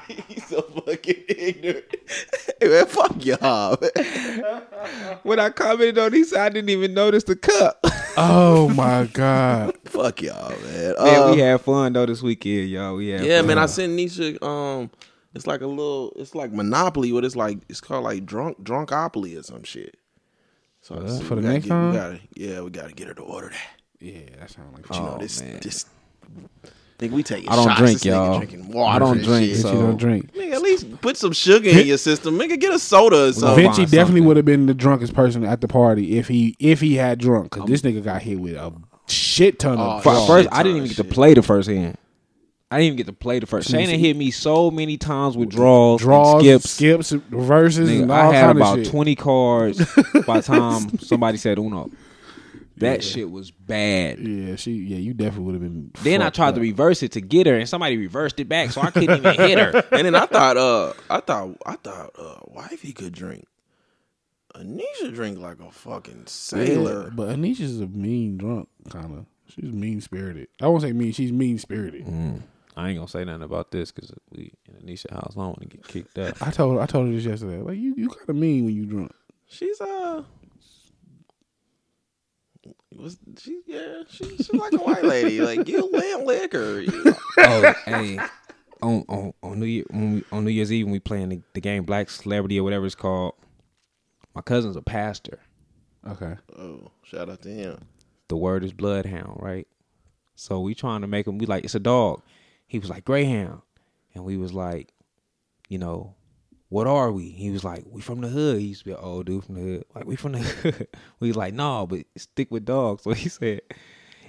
He's so fucking ignorant. Hey, man, fuck y'all. Man. When I commented on these, I didn't even notice the cup. oh my god. Fuck y'all, man. man, Uh, we had fun though this weekend, y'all. We had yeah, fun. man. I sent Nisha. Um, it's like a little. It's like Monopoly, but it's like it's called like drunk drunkopoly or some shit. So Uh, I said, for we the gotta next get- we time? gotta- yeah, we gotta get her to order that. Yeah, that sounds like You know, Oh, this, man. this. Nigga, we taking I don't shots. drink, This nigga y'all. Drinking water I don't and drink, shit. Vinci so- don't drink. Nigga, at least put some sugar in your system. Nigga, get a soda or something. Vinci find definitely something. would have been the drunkest person at the party if he if he had drunk because this nigga got hit with a shit ton Oh, of. fuck. F- balls. shit first, I ton didn't of even get to shit. play the first hand. I didn't even get to play the first. Shayna hit me so many times with draws, draws, draws skips. skips, reverses, Nigga, and all I had kind about of shit. twenty cards by the time somebody said Uno. That shit was bad. yeah, she. Yeah, you definitely would have been. Then I fucked tried up. to reverse it to get her, and somebody reversed it back, so I couldn't even hit her. And then I thought, uh, I thought, I thought, uh, wifey could drink. Anisha drink like a fucking Yeah, sailor. but Anisha's a mean drunk kind of. She's mean spirited. I won't say mean. She's mean spirited. Mm. I ain't gonna say nothing about this because we in Anisha house. I don't want to get kicked out. I told I told her this yesterday. Like you, you kind of mean when you drunk. She's uh, was she? Yeah, she, she's like a white lady. Like you land liquor. You- oh, hey, on on on New Year when we, on New Year's Eve when we playing the, the game Black Celebrity or whatever it's called. My cousin's a pastor. Okay. Oh, shout out to him. The word is bloodhound, right? So we trying to make him. We like it's a dog. He was like greyhound, and we was like, you know, what are we? He was like, we from the hood. He used to be an old dude from the hood. Like we from the hood. we was like, no, but stick with dogs. So he said,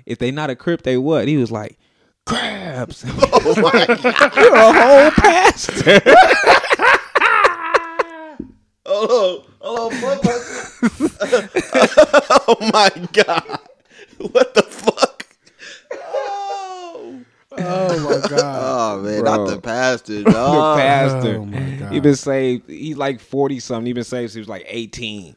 if they not a crip, they what? He was like, crabs. Oh my god. You're a whole pastor. Hello, hello, Oh, fuck person. oh my god. What the fuck? Oh. Oh my god. Oh man, not Bro. the pastor, dog. the pastor. Oh, my God. He been saved. He's like forty something. He been saved since he was like eighteen.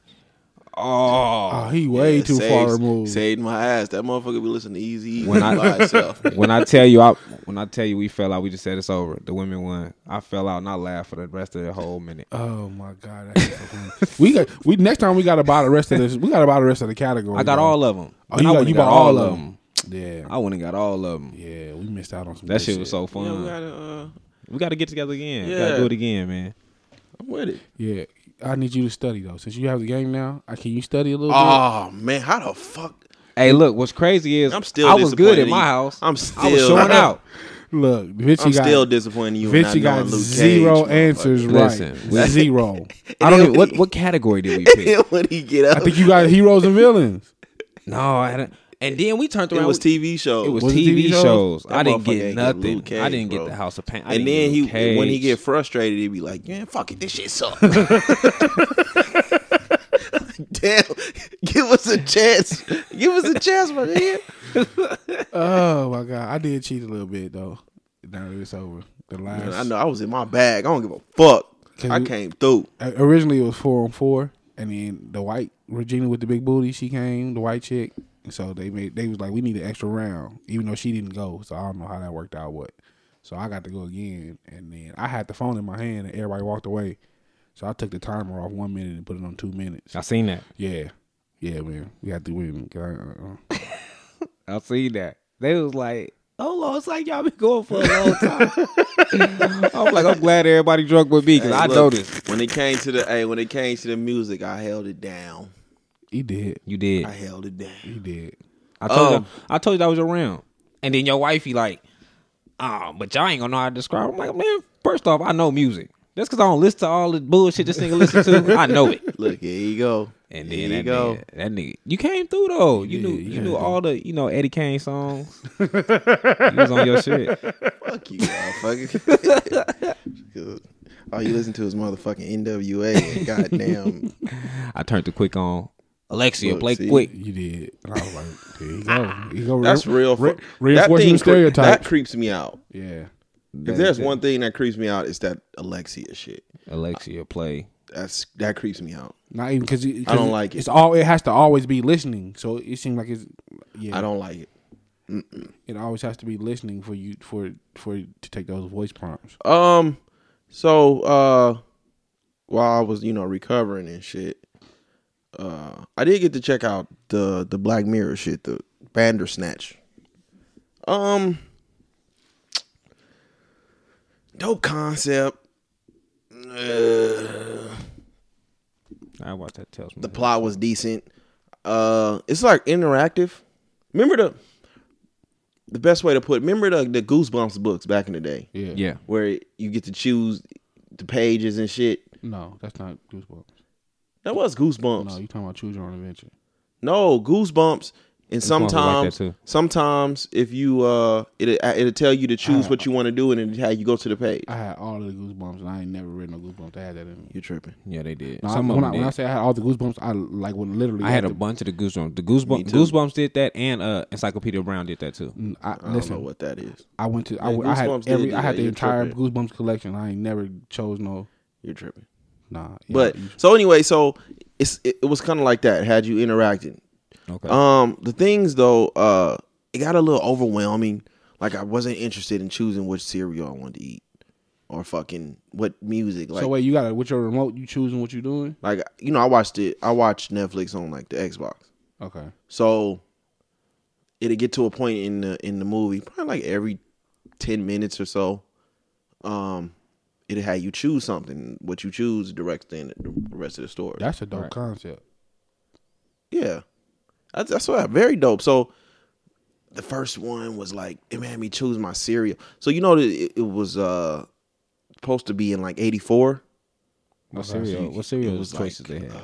oh, Oh, he way Yeah, too saved- far removed. Saved my ass. That motherfucker be listening to Easy When I- by itself. when I tell you, I when I tell you, we fell out. We just said it's over. The women won. I fell out and I laughed for the rest of the whole minute. Oh my god. that's so funny. we got we next time we got to buy the rest of this. We got to buy the rest of the category. I got bro. all of them. Oh, you, got, you bought all of them. Yeah. I went and got all of them. Yeah, we missed out on some. That good shit was so Yeah, fun. we gotta, uh, we got to get together again. We Yeah. got to do it again, man. I'm with it. Yeah, I need you to study though. Since you have the game now, I can you study a little Ah. bit? Oh man, how the fuck? Hey, look, what's crazy is I'm still. I was good disappointed at in my you. house. I'm still. I was showing out. Look, Vinci I'm got still disappointed in you. Vinci not got knowing Luke zero Cage, answers right. Listen, we- zero. I don't even. What what category did we pick? motherfucker. when he get up, I think you got heroes and villains. No, I hadn't. And then we turned around. it was we- TV show. It was, Was it TV, TV shows. shows? That I didn't motherfucker get ain't nothing. Luke Cage, I didn't bro. get the House of Pain. I and didn't get then he Luke Cage. when he get frustrated, he'd be like, "Man, fuck it, this shit sucks." Damn, give us a chance. Give us a chance, my nigga. Oh my god, I did cheat a little bit though. Now that it's over, the last Man, I know I was in my bag. I don't give a fuck. Can I you- came through. O- uh, originally it was four on four, and then the white Regina with the big booty, she came, the white chick. And so they made they was like, we need an extra round, even though she didn't go. So I don't know how that worked out. What? So I got to go again, and then I had the phone in my hand, and everybody walked away. So I took the timer off one minute and put it on two minutes. I seen that. Yeah, yeah, man, we had to win. 'Cause I- uh, uh. I seen that. They was like, "Oh Lord, it's like y'all been going for a long time." I'm like, I'm glad everybody drunk with me because Hey, I look, noticed when it came to the hey, when it came to the music, I held it down. He did, you did. I held it down. he did. I Um, told you. I told you that was around. And then your wifey like, "Oh, but y'all ain't gonna know how to describe." it." I'm like, man, first off, I know music. That's because I don't listen to all the bullshit this nigga listen to. I know it. Look, here you go. And Here then you that, go. Nigga, that nigga, you came through though. You knew, Yeah, you yeah. knew all the, you know, Eddie Kane songs. you was on your shit. Fuck you, motherfucker. All you listen to is motherfucking NWA and goddamn. I turned the quick on. Alexia, Look, play see? quick. You did. And I was like, there you go. You go That's re- real. re- fu- that reinforcing thing, the cre- that stereotypes. creeps me out. yeah. If there's one thing that creeps me out, it's that Alexia shit. Uh, Alexia, play. That's that creeps me out. Not even because I don't like it. It's all. It has to always be listening. So it seems like it's. Yeah. I don't like it. It always has to be listening for you for for it to take those voice prompts. Um, so uh, while I was you know recovering and shit, uh, I did get to check out the the Black Mirror shit, the Bandersnatch. Um, dope concept. Uh, I watched that tells me. the plot was decent. Uh, it's like interactive. Remember the the best way to put. Remember the the Goosebumps books back in the day Yeah. yeah. where you get to choose the pages and shit. No, that's not goosebumps. That was Goosebumps. No, No, you talking about choose your own adventure. Goosebumps. And like that sometimes, too. sometimes if you uh, it it'll tell you to choose what you want to do and it how you go to the page. Uh, I had all of the goosebumps, and I ain't never read no goosebumps. I had that in me. You're tripping. Yeah, they did. No, I, Some of when, them I, did. when I say I had all the goosebumps, I like would literally. I had a to- bunch of the Goosebumps. The Goosebumps, too. Goosebumps did that, and uh, Encyclopedia Brown did that too. I, I listen, don't know what that is. I went to. I, Yeah, w- I Goosebumps had did every. do I that. had the You're entire tripping. goosebumps collection. I ain't never chose no. You're tripping. Nah. yeah, But you- so anyway, so it's it, it was kind of like that. Had you interacted, Mm, Okay, Um, the things though, uh, it got a little overwhelming. Like I wasn't interested in choosing which cereal I wanted to eat, or fucking what music. Like, so wait, you got to with your remote, you choosing what you doing? like you know, I watched it. I watched Netflix on like the Xbox, Okay. so it'll get to a point in the in the movie, probably like every ten minutes or so. Um, it had you choose something. What you choose directs the, the rest of the story. That's a dope concept. Yeah, that's that's what I, very dope. So the first one was like it made me choose my cereal. So you know that it, it was uh supposed to be in like '84 what cereal? What cereal was choices like, they had?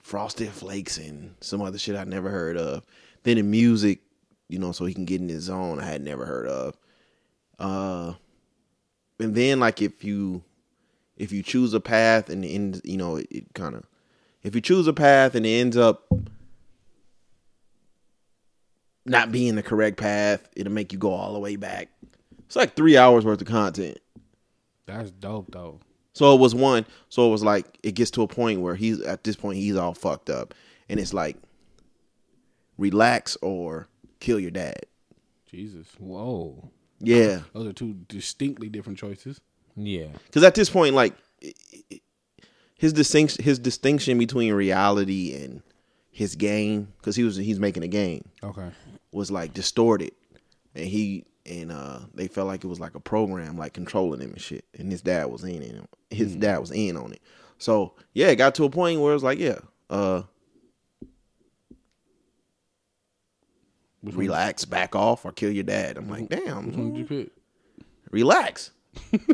Frosted Flakes and some other shit I never heard of. Then the music, you know, so he can get in his zone I had never heard of. Uh and then like if you if you choose a path and end you know, it, it kinda if you choose a path and it ends up not being the correct path, it'll make you go all the way back. It's like three hours worth of content. That's dope though. So it was one. So it was like it gets to a point where he's at this point he's all fucked up, and it's like relax or kill your dad. Jesus. Whoa, Yeah, Those are two distinctly different choices. yeah, because at this point, like it- it- his distinction his distinction between reality and his game, because he was he's making a game, Okay. was like distorted, and he and uh they felt like it was like a program like controlling him and shit, and his dad was in it. His Mm-hmm. dad was in on it. So yeah, it got to a point where it was like yeah. uh Which one- relax, back off, or kill your dad. I'm like, Which one damn, did you pick? relax.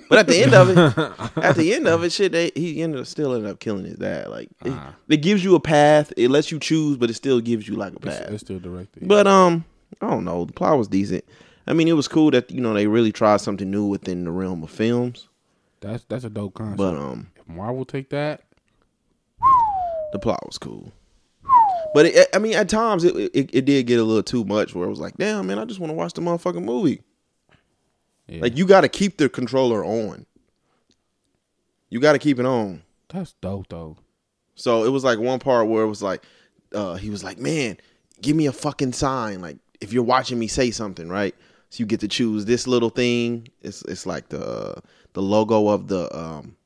but at the end of it, at the end of it, shit, they, he ended up still ended up killing his dad. Like it- Uh-huh. it, gives you a path, it lets you choose, but it still gives you like a It's, path. it's still directed. but um, I don't know. The plot was decent. I mean, it was cool that you know they really tried something new within the realm of films. That's that's a dope concept. But um, if Marvel take that, the plot was cool. But it, I mean, at times it, it it did get a little too much where it was like, damn man, I just want to watch the motherfucking movie. yeah, Like you got to keep the controller on. You got to keep it on. that's dope though. So it was like one part where it was like, uh, he was like, "Man, give me a fucking sign." Like if you're watching me say something, right? So you get to choose this little thing. It's it's like the uh, the logo of the um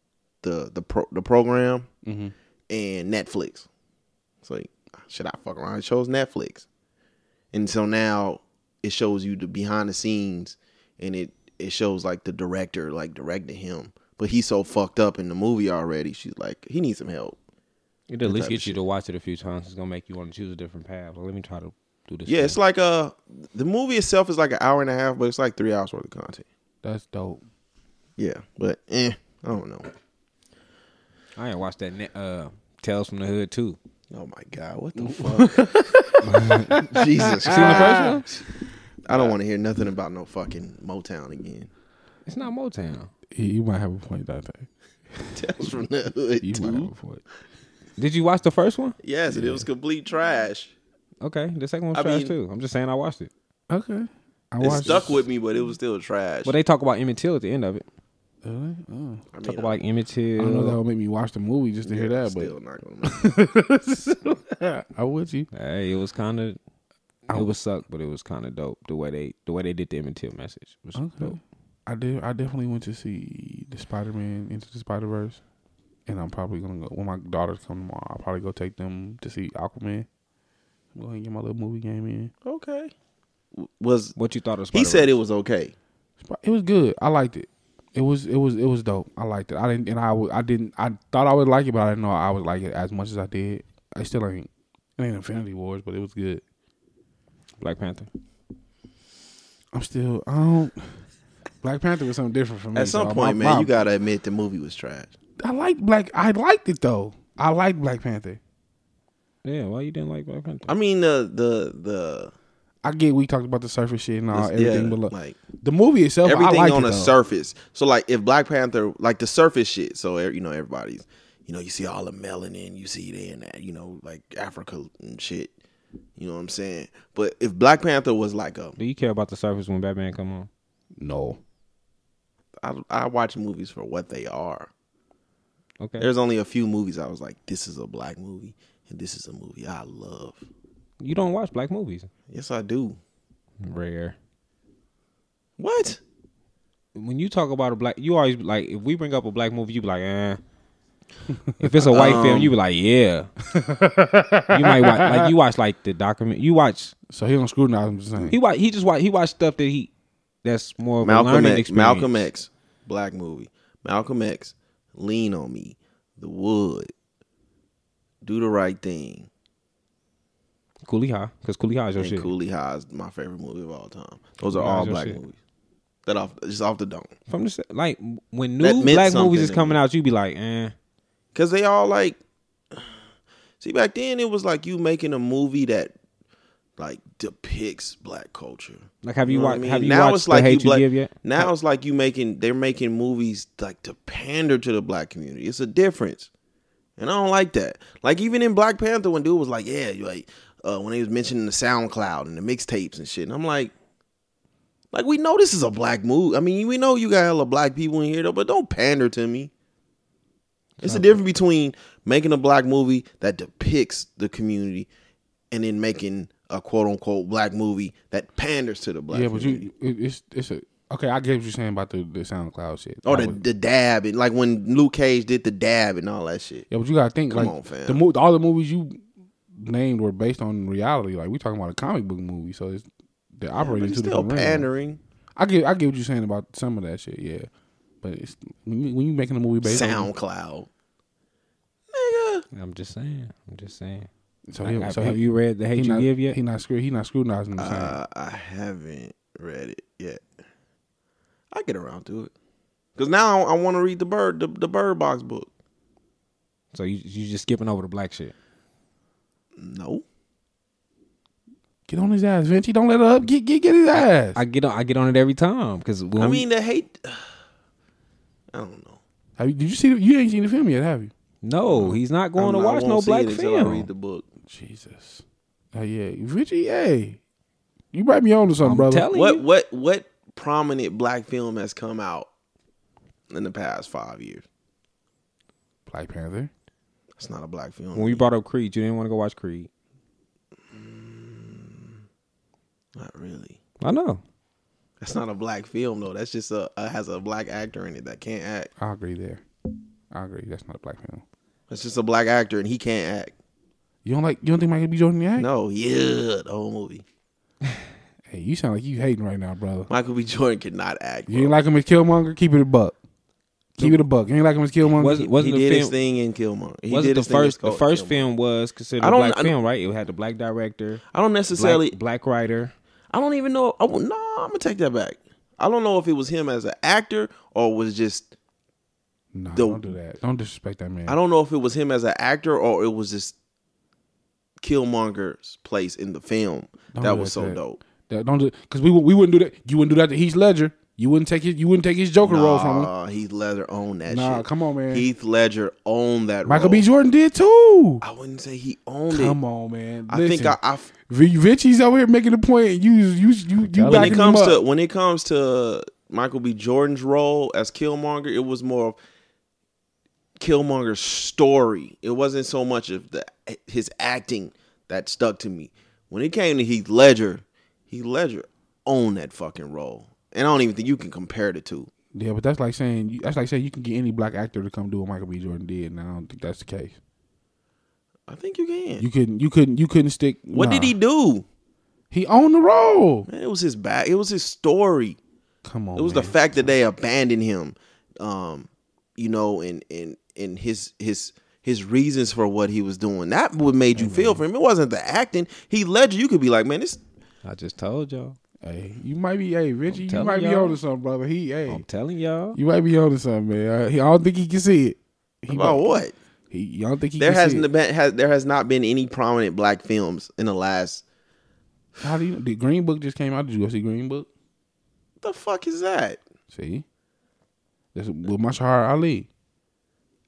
the the pro, the program and Netflix. It's like, should I fuck around? It shows Netflix, and so now it shows you the behind the scenes, and it it shows like the director like directed him, but he's so fucked up in the movie already. She's like, he needs some help. it at type least of get you to watch it a few times. It's gonna make you want to choose a different path. Well, let me try to do this. Yeah, it's like uh the movie itself is like an hour and a half, but it's like three hours worth of content. That's dope. Yeah, but eh, I don't know. I ain't watched that net, uh, Tales from the Hood too. Oh my god, what the fuck? Jesus, You seen the Christ. first one? I don't want to hear nothing about no fucking Motown again. It's not Motown. You you might have a point, Dante. Tales from the hood. You might have too. a point. Did you watch the first one? Yes, and it was complete trash. Okay, the second one's I trash mean- too. I'm just saying I watched it. Okay. I It stuck with me, but it was still trash. But they talk about Emmett Till at the end of it. Really? Oh. I, Talk mean, about like Emmett I Till. don't know if that would make me watch the movie just to hear that, still not gonna. Make but I would you. Hey, it was kind of. It was suck, but it was kind of dope the way they the way they did the Emmett Till message. Was Okay. dope. I did. I definitely went to see the Spider Man Into the Spider Verse, and I'm probably gonna go when my daughters come tomorrow. I'll probably go take them to see Aquaman. I'm going to get my little movie game in. okay. Was What you thought of? he Spider-Man? said it was okay? Sp- It was good. I liked it. It was it was it was dope. I liked it. I didn't and I w- I didn't I thought I would like it, but I didn't know I would like it as much as I did. I still ain't. It ain't Infinity Wars, but it was good. Black Panther. I'm still. I don't. Black Panther was something different for me. At some so my- point, man, my- you gotta admit the movie was trash. I like Black. I liked it though. I like Black Panther. Yeah, why you didn't like Black Panther? I mean, the the the I get we talked about the surface shit and all yeah, Uh, everything, but look, like the movie itself, everything I like on it, the though. surface. So like if Black Panther, like the surface shit. So e- you know everybody's, you know you see all the melanin, you see there and that, you know like Africa and shit. You know what I'm saying? But if Black Panther was like a, Do you care about the surface when Batman come on? No, I, I watch movies for what they are. Okay, There's only a few movies I was like, this is a black movie and this is a movie I love. you don't watch black movies. Yes, I do. Rare. What? When you talk about a black, you always be like if we bring up a black movie, you be like, eh. if it's a white Um, film, you be like, yeah. you might watch like you watch like the document. You watch so he don't scrutinize. I'm just saying. he watch he just watch he watch stuff that he that's more of a Malcolm learning X, experience. Malcolm X, black movie. Malcolm X, Lean on Me, The Wood, Do the Right Thing, Coolie High because Coolie High is your and shit. Coolie High is my favorite movie of all time. Those are Coolie High all is your black shit. movies. That off just off the dome From the se- like when That new meant black movies something is to coming me. out, you be like, eh. because they all like. See, back then it was like you making a movie that like depicts black culture. Like have you, know what I watched? mean? Have you watched The Hate You black- Give yet? Now it's like you making they're making movies like to pander to the black community. It's a difference, and I don't like that. Like even in Black Panther, when dude was like, "Yeah," you like uh, when they was mentioning the SoundCloud and the mixtapes and shit, and I'm like. Like we know this is a black movie. I mean, we know you got hella black people in here though, but don't pander to me. It's a difference between making a black movie that depicts the community and then making a quote unquote black movie that panders to the black yeah, but community. you, it, it's it's a okay. I get what you're saying about the, the SoundCloud shit. Or I the, was- the dab and like when Luke Cage did the dab and all that shit. yeah, but you gotta think Come like on, fam. the mo- all the movies you named were based on reality. Like we talking about a comic book movie, so it's they're But operating it's to the still pandering. I get I get what you're saying about some of that shit. Yeah, but it's when you when you making a movie based on SoundCloud. Nigga. I'm just saying. I'm just saying. so Like, he, have, so have he, you read The he Hate You not, Give yet? He not screw he not scrutinizing. What I'm saying. Uh, I haven't read it yet. I get around to it. Cause now I, want to read the bird the, the bird box book. So you you just skipping over the black shit. No. Get on his ass, Vinci. Don't let her up. Get get get his ass. I get on I get on it every time because I mean the hate I don't know. Have you, did you see? The, you ain't seen the film yet, have you? no, he's not I'm- going to I watch won't no see black it until I film. read the book. Jesus. Oh yeah, Vinci. Hey, you brought me on to something, I'm brother. telling What you, what what prominent black film has come out in the past five years? Black Panther. It's not a black film. when we brought up Creed, you didn't want to go watch Creed. not really. I know. That's not a black film though. That's just a, a has a black actor in it that can't act. I agree there. I agree. That's not a black film. That's just a black actor and he can't act. You don't like? You don't think Michael B. Jordan act? No, yeah, the whole movie. Hey, you sound like you hating right now, brother. Michael B. Jordan could not act. You Bro. ain't like him as Killmonger. Keep it a buck. Keep it a buck. You ain't like him as Killmonger. Wasn't wasn't he the did film? his thing in Killmonger. He wasn't did his the thing in first the Skull- first Killmonger. film was considered I a don't- black I don't- film, right? It had the black director, I don't necessarily. black, black writer. I don't even know. I, would- nah, I'm gonna take that back. I don't know if it was him as an actor or was just No, The- don't do that. Don't disrespect that man. I don't know if it was him as an actor or it was just Killmonger's place in the film Don't that do was that so shit. dope. That- don't do because we wou- we wouldn't do that. You wouldn't do that to Heath Ledger. You wouldn't take his you wouldn't take his Joker role from him. Nah, Heath Ledger owned that Nah, shit. come on, man. Heath Ledger owned that Michael role. B. Jordan did too. I wouldn't say he owned Come it. on, man. I think I, I f- V- Richie's over here making a point. You you you you When when backing it him comes up. to when it comes to Michael B. Jordan's role as Killmonger, it was more of Killmonger's story. It wasn't so much of the his acting that stuck to me. When it came to Heath Ledger, Heath Ledger owned that fucking role, and I don't even think you can compare the two. Yeah, but that's like saying you- that's like saying you can get any black actor to come do what Michael B. Jordan did, and I don't think that's the case. I think you can. You couldn't, you couldn't, you couldn't stick. what nah. did he do? He owned the role. Man, it was his back. It was his story. Come on, It was the man. fact that they abandoned him, um, you know, and and and his his his reasons for what he was doing. That what made you feel for him. It wasn't the acting. He led you. You could be like, man, this I just told y'all. Hey, you might be, hey Richie, you telling might be y'all. on to something, brother. He, hey, I'm telling y'all. you might be on to something, man. I, he, I don't think he can see it. He about might- what? He, I don't think he There can has see not it. been has there has not been any prominent black films in the last. How do you? The Green Book just came out. Did you go see Green Book? The fuck is that? See, that's with Mashar Ali.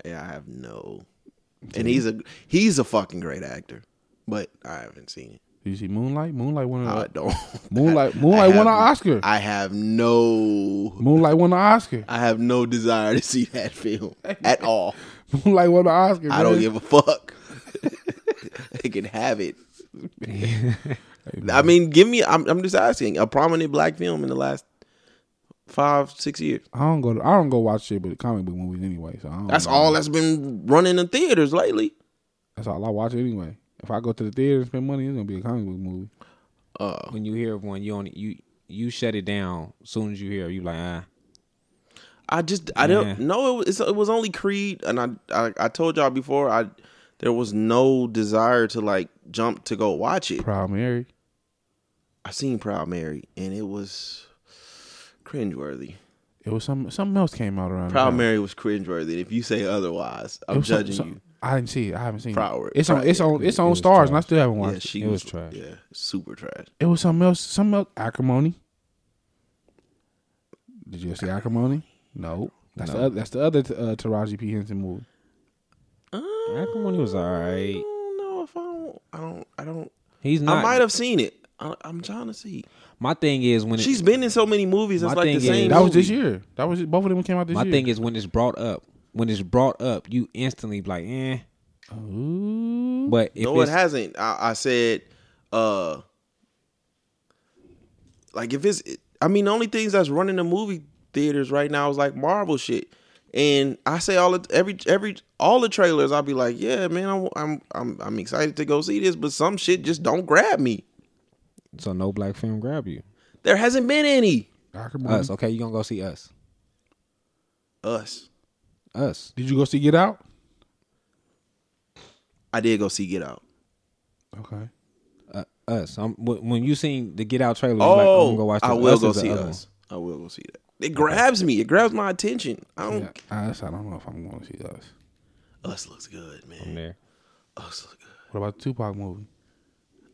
Yeah, I have no. And he's a he's a fucking great actor, but I haven't seen it. Did you see Moonlight? Moonlight won an I don't. Moonlight. I Moonlight have- won an Oscar. I have no. Moonlight won an Oscar. I have no desire to see that film at all. Moonlight won an Oscar. I don't man. give a fuck. they can have it. I mean, give me. I'm, I'm just asking a prominent black film in the last five, six years. I don't go. To, I don't go watch shit, but comic book movies anyway. So I don't That's know. all that's been running in theaters lately. That's all I watch anyway. If I go to the theater and spend money, it's gonna be a comic book movie. Uh, When you hear of one, you only you you shut it down. As soon as you hear, it, you like ah. I just, I don't Yeah. know. It was, it's- it was only Creed, and I, I, I told y'all before, I there was no desire to like jump to go watch it. Proud Mary. I seen Proud Mary, and it was cringeworthy. It was some something else came out around. Proud that. Mary was cringeworthy. and If you say otherwise, It I'm was some- judging some- you. I didn't see it. I haven't seen Proud- it. It's on. Proud- It's on. It's on was stars, trash. and I still haven't watched. Yeah, it. she It was, was trash. Yeah, super trash. It was something else. Something else. Acrimony. Did you see Acrimony? No. That's the other, that's the other uh, Taraji P Henson movie. Acrimony was all right. I don't know if I don't. I don't. I don't. He's I not. might have seen it. I, I'm trying to see. my thing is when it, She's been in so many movies. It's My like the thing same. is- That was this movie. year. That was both of them came out this my year. thing is when it's brought up. When it's brought up, you instantly be like eh. Ooh. But if No, it it's, hasn't. I, I said, uh, like if it's. I mean, the only things that's running the movie theaters right now is like Marvel shit. And I say all the every every all the trailers, I'll be like, yeah, man, I'm I'm I'm, I'm excited to go see this, but some shit just don't grab me. so no black film grab you. There hasn't been any. Mm-hmm. Acrimony. Us, okay, you gonna go see us. Us. Us. Did you go see Get Out? I did go see Get Out. Okay. Uh, us. I'm, when when you seen the Get Out trailer, you Oh, like, I'm gonna go watch. This. I will Us go is the see other us. I will go see that. It grabs me. It grabs my attention. I don't. Yeah, I, I don't know if I'm going to see us. Us looks good, one man. There. Us look good. What about the Tupac movie?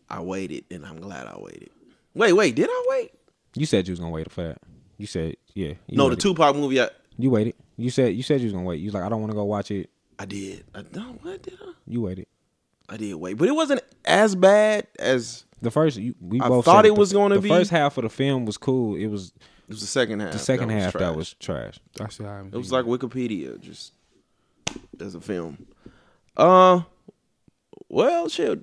I waited, and I'm glad I waited. Wait, wait. Did I wait? You said you was gonna wait for that. You said yeah. You no, the waited. Tupac movie. I, You waited. You said you said you was gonna wait. You was like I don't want to go watch it. I did. I no, what did I? You waited. I did wait, but it wasn't as bad as The first you, we I both thought said it was the, gonna the be- first half of the film was cool. It was it was the second half. the second half that trash. was trash. I still haven't. It was like seen Wikipedia, just as a film. Uh, well, shit.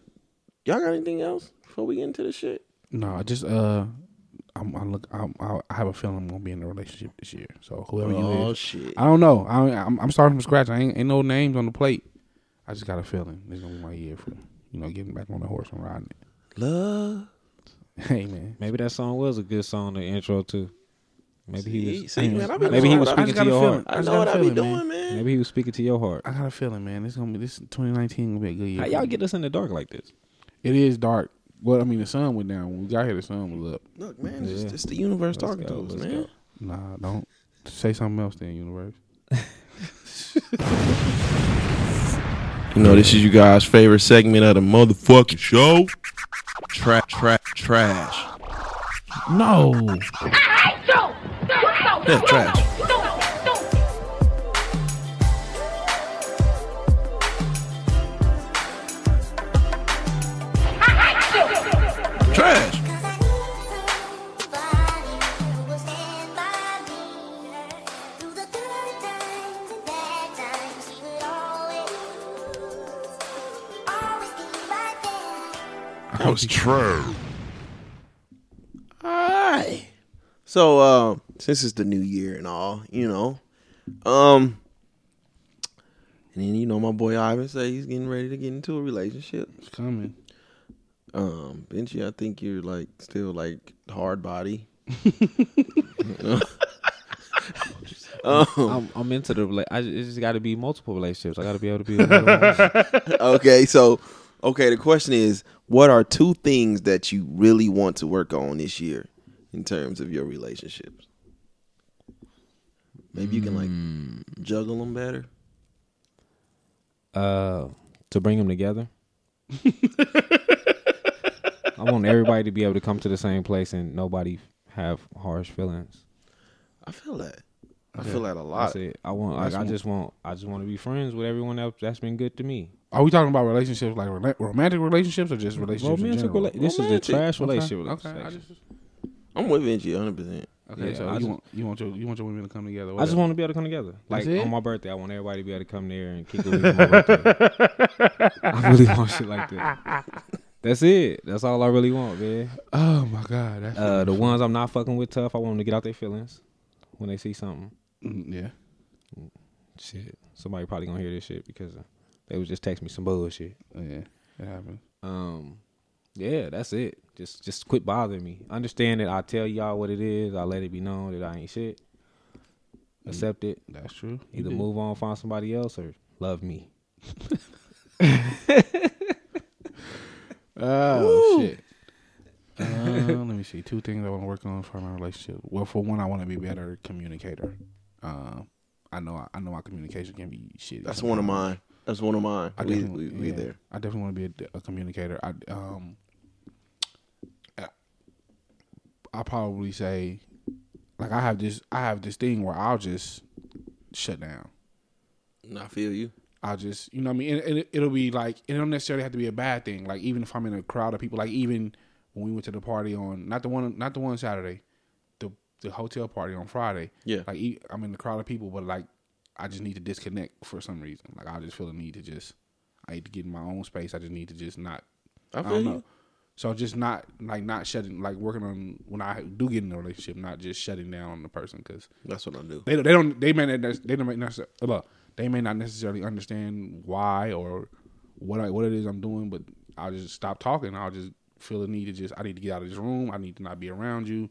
Y'all got anything else before we get into this shit? it. no, I just uh, I'm, I look, I'm, I, I have a feeling I'm gonna be in a relationship this year. So whoever you Oh is, shit. I don't know. I, I'm, I'm starting from scratch. I ain't, ain't no names on the plate. I just got a feeling this gonna be my year for you know getting back on the horse and riding it. Love. Hey man, Maybe that song was a good song to intro to. Maybe he See, was. see, man, I be Maybe he knowing- was I be- speaking to your heart. I just know what got a I be feeling, man. doing, man. Maybe he was speaking to your heart. I got a feeling, man. This gonna be this 2019 gonna be a good year. How for y'all me. get us in the dark like this? It is dark. Well, I mean, the sun went down when we got here. The sun was up. Look, man, it's, Yeah. it's the universe Let's talking go, to us, let's man. go. Nah, don't say something else, then universe. You know, this is you guys' favorite segment of the motherfucking show. Trap, trap, trash. No. Yeah, trash. Trash. That was true. Alright. So uh, since it's the new year and all, you know. Um and then you know my boy Ivan say he's getting ready to get into a relationship. It's coming. Um, Benji, I think you're like still like hard body. I'm, I'm into the rela- I just, it's just got to be multiple relationships. I got to be able to be. in another relationship. okay, so okay, the question is, what are two things that you really want to work on this year in terms of your relationships? Maybe you can Mm. like juggle them better. uh, to bring them together. I want everybody to be able to come to the same place and nobody have harsh feelings. I feel that. I feel that a lot. That's it. I want. Like, I just want. I just want to be friends with everyone else that's been good to me. Are we talking about relationships like rela- romantic relationships or just relationships? in Romantic. general? Rela- this is a Romantic. trash relationship. Okay. okay. I section. just, I'm with Benji 100. percent okay. Yeah, so I you just- want you want your you want your women to come together. I just whatever. want to be able to come together. Like it? on my birthday, I want everybody to be able to come there and kick it with me on my birthday. I really want shit like that. That's it. That's all I really want, man. Oh my god. That's, Uh, the ones I'm not fucking with tough, I want them to get out their feelings when they see something. mm, yeah. Shit. Somebody probably gonna hear this shit because they was just text me some bullshit. Oh, yeah. It happens. Um, yeah, that's it. Just just quit bothering me. Understand that I tell y'all what it is. I let it be known that I ain't shit. Accept it. That's true. You Either did. move on, find somebody else, or love me. Oh shit. Um, let me see. Two things I want to work on for my relationship. Well, for one, I want to be a better communicator. Um, I know I, know my communication can be shit. That's one of mine. That's one of mine. I we, definitely, we, we yeah. there. I definitely want to be a, a communicator. I um, I, I probably say, like I have this, I have this thing where I'll just shut down. And I feel you. I'll just, you know what I mean? And, and it, it'll be like, it don't necessarily have to be a bad thing. Like, even if I'm in a crowd of people, like, even when we went to the party on, not the one, not the one Saturday, the the hotel party on Friday. Yeah. Like, e- I'm in the crowd of people, but like, I just need to disconnect for some reason. Like, I just feel the need to just, I need to get in my own space. I just need to just not, I I, feel don't you. know. So just not, like, not shutting, like, working on, when I do get in a relationship, not just shutting down on the person. Cause That's what I do. they they don't they may not nec- they don't may not look, they may not necessarily understand why or what I, what it is I'm doing, but I'll just stop talking. I'll just feel the need to just I need to get out of this room. I need to not be around you.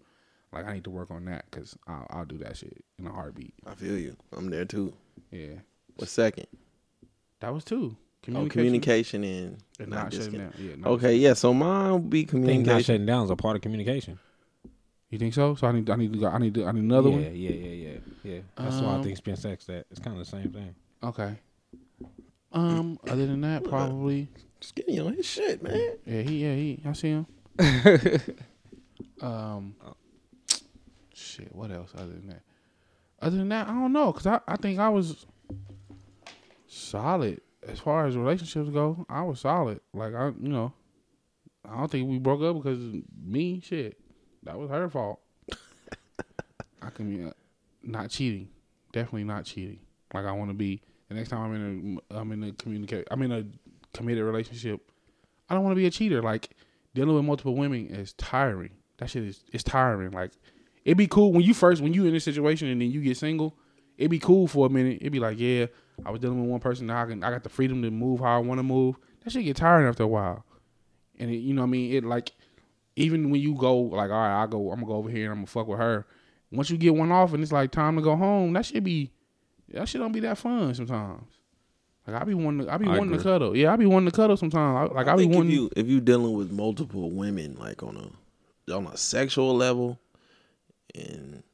Like I need to work on that because I'll, I'll do that shit in a heartbeat. I feel you. I'm there too. Yeah, What's second? that was two. Oh, communication and, and not, not shutting disconnect. down. Yeah, no. Okay, yeah. So mine would be I think not communication. shutting down is a part of communication. You think so? So I need I need to go, I need to, I need another yeah, one. yeah, yeah, yeah, yeah. That's why I Um, think spend sex that it's kind of the same thing. Okay. Um. Other than that, probably. Skinny on his shit, man. Yeah, he, yeah, he. I see him. um, shit. What else other than that? Other than that, I don't know. Cause I, I think I was solid as far as relationships go. I was solid. Like I, you know, I don't think we broke up because of me. Shit, that was her fault. I can be uh, not cheating. Definitely not cheating. Like I want to be. The next time I'm in a, I'm in a communicate. I'm in a committed relationship. I don't want to be a cheater. Like dealing with multiple women is tiring. That shit is it's tiring. Like it'd be cool when you first when you in this situation and then you get single. It'd be cool for a minute. It'd be like, yeah, I was dealing with one person. Now I can I got the freedom to move how I want to move. That shit get tiring after a while. And it, you know what I mean? It like even when you go like, all right, I go, I'm gonna go over here and I'm gonna fuck with her. Once you get one off and it's like time to go home, that should be that shit don't be that fun sometimes. Like I be wanting, to, I be I wanting to agree. cuddle. Yeah, I be wanting to cuddle sometimes. I, like I, I be think wanting. if you if you dealing with multiple women like on a on a sexual level and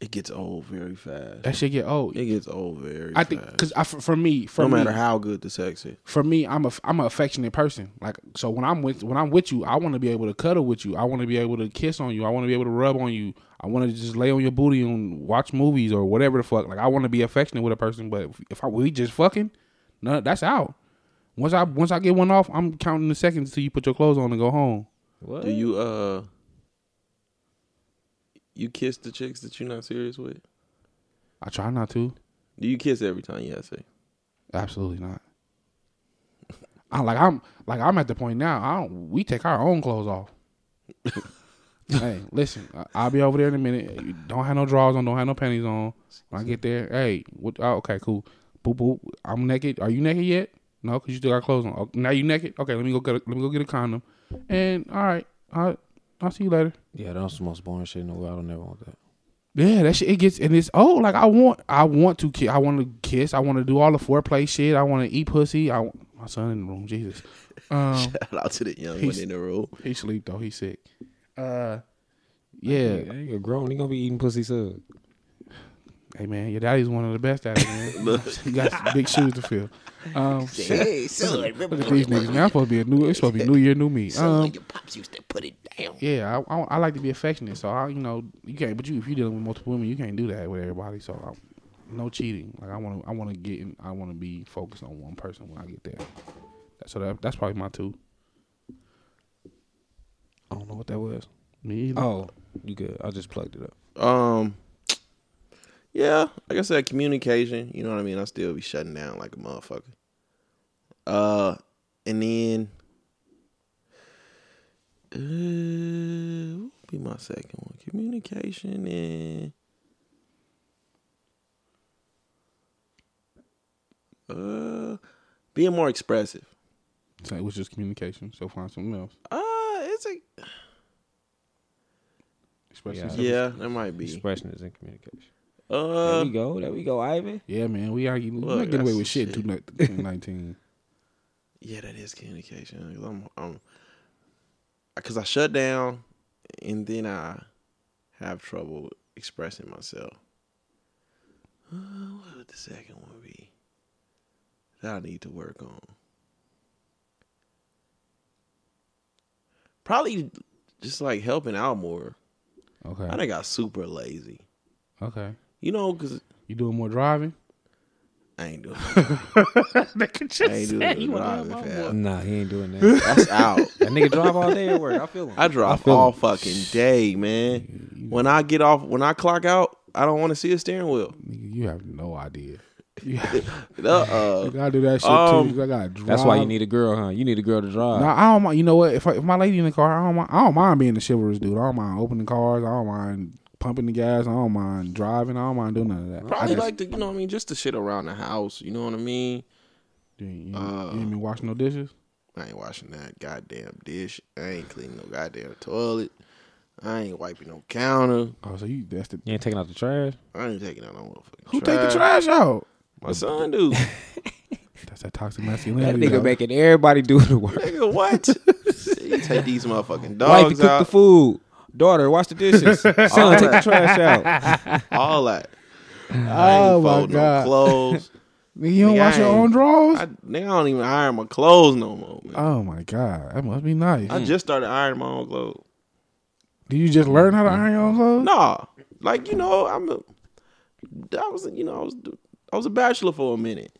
It gets old very fast. That shit get old. It gets old very. I think fast. because I, for, for me, for no me, matter how good the sex is, for me, I'm a I'm an affectionate person. Like so, when I'm with when I'm with you, I want to be able to cuddle with you. I want to be able to kiss on you. I want to be able to rub on you. I want to just lay on your booty and watch movies or whatever the fuck. Like I want to be affectionate with a person, but if, if I, we just fucking, no, that's out. Once I once I get one off, I'm counting the seconds till you put your clothes on and go home. What? do you uh, you kiss the chicks that you're not serious with? I try not to. Do you kiss every time you have sex? Absolutely not. I like I'm like I'm at the point now. I don't. We take our own clothes off. hey, listen. I- I'll be over there in a minute. You Don't have no drawers on. Don't have no panties on. When I get there, hey, what? Oh, okay, cool. Boop boop. I'm naked. Are you naked yet? No, cause you still got clothes on. Oh, now you naked. Okay, let me go get. A, let me go get a condom. And all right, I I'll see you later. Yeah, that's the most boring shit in the world. I don't ever want that. Yeah, that shit it gets and it's oh like I want I want to kiss I want to kiss I want to do all the foreplay shit I want to eat pussy I want, my son in the room Jesus um Shout out to the young He's- one in the room. he sleep though he sick uh yeah That nigga grown. He gonna be eating pussy sub. hey man your daddy's one of the best at it man he got some big shoes to fill um Hey, son, look at these niggas man I'm supposed to be a new it's supposed to be new year new me um your pops used to put it down. yeah I, I I like to be affectionate so I you know you can't but you if you dealing with multiple women you can't do that with everybody so I, no cheating like I want to I want to get in, I want to be focused on one person when I get there so that, that's probably my two I don't know what that was. me either. Oh, you good? I just plugged it up. Um, yeah, like I said, communication. You know what I mean. I still be shutting down like a motherfucker. Uh, and then, uh, what would be my second one? Communication and. Uh, being more expressive. so it was just communication so find something else Uh, it's a express Yeah. yourself. yeah. That might be. Expression is in communication. there Uh, we go. There we go, Ivan. yeah man we are we Look, not getting away that's with shit in shit. 2019 Yeah, that is communication. Cause I'm, I'm, cause I shut down, and then I have trouble expressing myself. Uh, what would the second one be? That I need to work on. Probably just like helping out more. okay I done got super lazy. okay You know, cause you doing more driving I ain't doing. they could just I ain't doing driving fast. Nah, he ain't doing that. That's out. that nigga drive all day at work. I feel him. I drive all fucking day, man. When I get off, when I clock out, I don't want to see a steering wheel. Nigga, you have no idea you, have, Uh, uh, you gotta do that shit Um, too I gotta drive That's why you need a girl, huh? You need a girl to drive. No, I don't mind. You know what? If, I, if my lady in the car, I don't mind. I don't mind being the chivalrous dude. I don't mind opening cars. I don't mind pumping the gas. I don't mind driving. I don't mind doing none of that. I probably just- like the, you know what I mean, just the shit around the house. You know what I mean? you, you, uh, you ain't been washing no dishes. I ain't washing that goddamn dish. I ain't cleaning no goddamn toilet. I ain't wiping no counter. Oh, so you that's the You ain't taking out the trash. I ain't taking out no motherfucking who take the trash out? My son do. That's that toxic That masculinity. nigga though. making everybody do the work. Nigga, what? you take these motherfucking Wife cook dogs the out, food. Daughter, wash the dishes. Son, take the trash out. all that. I Oh, ain't my fold no God. clothes. Nigga, you don't Nigga, wash I your ain't- own drawers. I, nigga, I don't even iron my clothes no more. Man. oh my god, that must be nice. Mm. I just started ironing my own clothes. Do you just learn how to iron your own clothes? Nah, like you know, I'm a, I was you know I was I was a bachelor for a minute,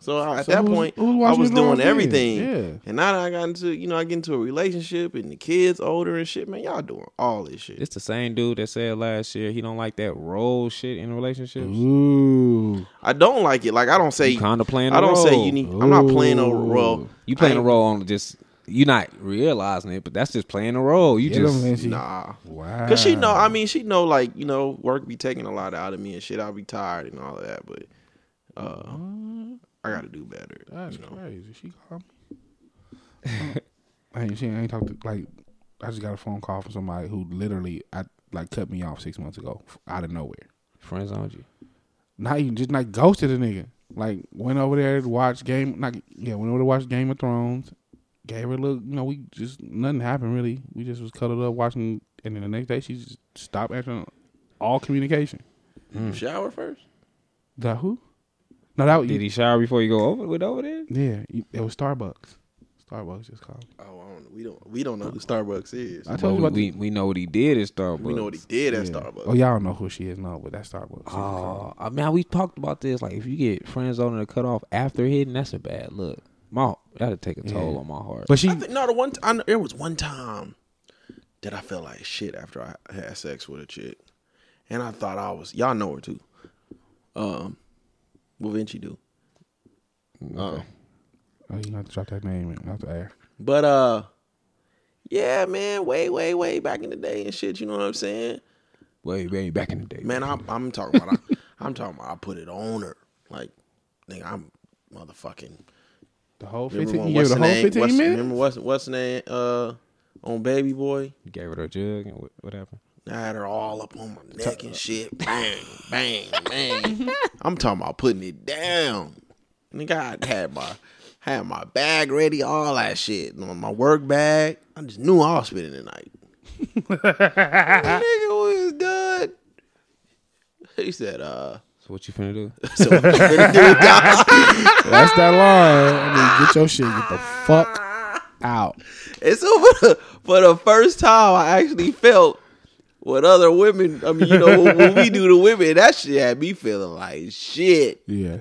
so I, at So that who's- point who's I washing was your drawers doing then? everything. Yeah. And now that I got into you know I get into a relationship and the kids older and shit, man, y'all doing all this shit. It's the same dude that said last year he don't like that role shit in relationships. Ooh, I don't like it. Like I don't say You kinda playing I the don't say role. you need. I'm not playing a Ooh. role. You playing I a ain't- role on just you not realizing it, but that's just playing a role. You Get 'em, just Lindsay. Nah. Wow. Cause she know, I mean, she know, like you know, work be taking a lot out of me and shit. I'll be tired and all of that, but uh, I gotta do better. That's you know? crazy. She called me. hey, she ain't talked to, like I just got a phone call from somebody who literally I like cut me off six months ago f- out of nowhere. friends on you. Not even just like ghosted a nigga. Like went over there to watch game. Like yeah, went over to watch Game of Thrones. Gave her a look. You know, we just nothing happened really. We just was cuddled up watching, and then the next day she just stopped answering all communication. You shower first? That who? No, that was Did he shower before you go over with over there? Yeah, you, it was Starbucks. Starbucks just called. Oh, I don't. We don't. We don't know who Starbucks is. I But told you we, about we, we know what he did at Starbucks. We know what he did at Starbucks. the, Oh, y'all know who she is now, but that's Starbucks. She was Oh, I mean, we talked about this. Like, if you get friend zoned and cut off after hitting, that's a bad look. My that'd take a toll Yeah. on my heart. But she, I think, no, the one t- I kn- there was one time that I felt like shit after I had sex with a chick, and I thought I was y'all know her too. Um, what Vinci do? Mm, Uh, oh, you know, to drop that name in eh, out the air. but uh, yeah, man, way, way, way back in the day and shit. You know what I'm saying? way, way back in the day, Man, I'm, I'm talking about. I, I'm talking about. I put it on her. Like, nigga, I'm motherfucking. The whole Remember fifteen, when you gave what's the the whole name? fifteen What's, minutes. remember what's what's the name? Uh, on Baby Boy. You gave her a jug and what, what happened? I had her all up on my neck and shit. Bang, bang, bang. I'm talking about putting it down. Nigga, I had my had my bag ready, all that shit. And my work bag. I just knew I was spending the night. nigga we was done. He said, uh, So what you finna do? so what you finna do, dog? That's that line. I mean, get your shit. Get the fuck out. And so for the, for the first time, I actually felt what other women, I mean, you know, what we do to women, that shit had me feeling like shit. Yeah.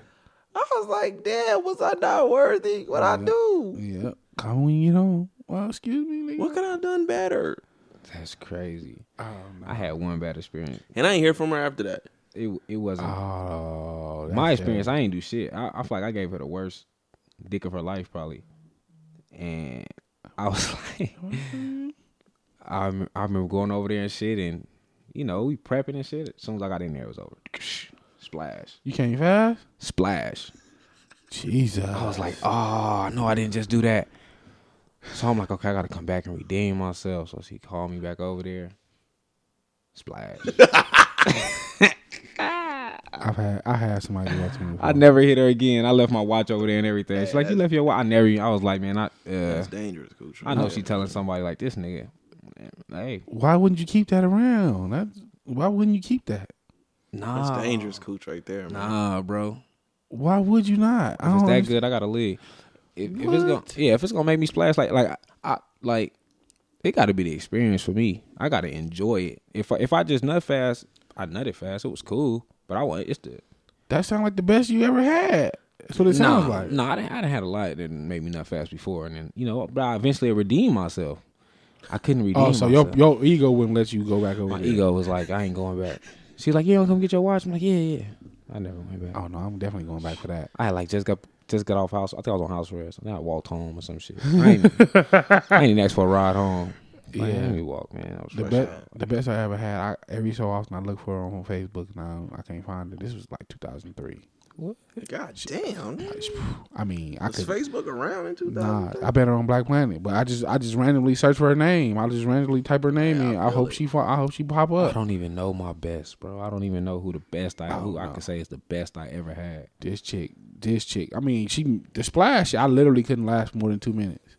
I was like, damn, was I not worthy? What I do? Yeah. Come when you get home. Well, excuse me, nigga. What could I have done better? That's crazy. Oh, no. I had one bad experience. And I ain't hear from her after that. It it wasn't Oh, that's my bad. experience. I ain't do shit. I, I feel like I gave her the worst dick of her life probably, and I was like, I rem- I remember going over there and shit, and you know we prepping and shit. As soon as I got in there, it was over. Splash, You can't fast. splash. Jesus. I was like, oh no, I didn't just do that. So I'm like, okay, I gotta come back and redeem myself. So she called me back over there. Splash. I've had I had somebody do that to me. Before. I never hit her again. I left my watch over there and everything. She's like, you left your watch. I never. even- I was like, man, I uh, That's dangerous, coach. I know she telling somebody like this nigga. Hey, Why wouldn't you keep that around? That, why wouldn't you keep that? That's nah, dangerous, coach, right there, man. nah, bro. Why would you not? I If it's don't that understand. good, I gotta leave. If, if it's gonna, What? yeah, if it's gonna make me splash, like, like, I, I like, it gotta be the experience for me. I gotta enjoy it. If I, if I just nut fast, I nutted fast. It was cool, but I want it's the That sounds like the best you ever had. That's what it sounds nah, like. nah. I done, I done had a lot that made me nut fast before, and then you know, but I eventually redeemed myself. I couldn't redeem. Oh, so your myself. your ego wouldn't let you go back over my there. ego was like, I ain't going back. She's like, you don't come get your watch. I'm like, yeah, yeah. I never went back. Oh no, I'm definitely going back for that. I like just got just got off house. I think I was on house arrest. Then I walked home or some shit. I ain't, I ain't even asked for a ride home. Like, Yeah. let me walk, man. I was The fresh best out. the best I ever had. I every so often I look for her on Facebook and I, don't- I can't find it. This was like 2003. God damn. nigga. I mean, I Was could Facebook around in 2000? Nah, I bet her on Black Planet, but I just I just randomly search for her name. I just randomly type her name Yeah, I in. I feel hope it. she fi- I hope she pop I up. don't even know my best, bro. I don't even know who the best I Oh, who I no. can say is the best I ever had. This chick, this chick. I mean, she the splash. I literally couldn't last more than two minutes.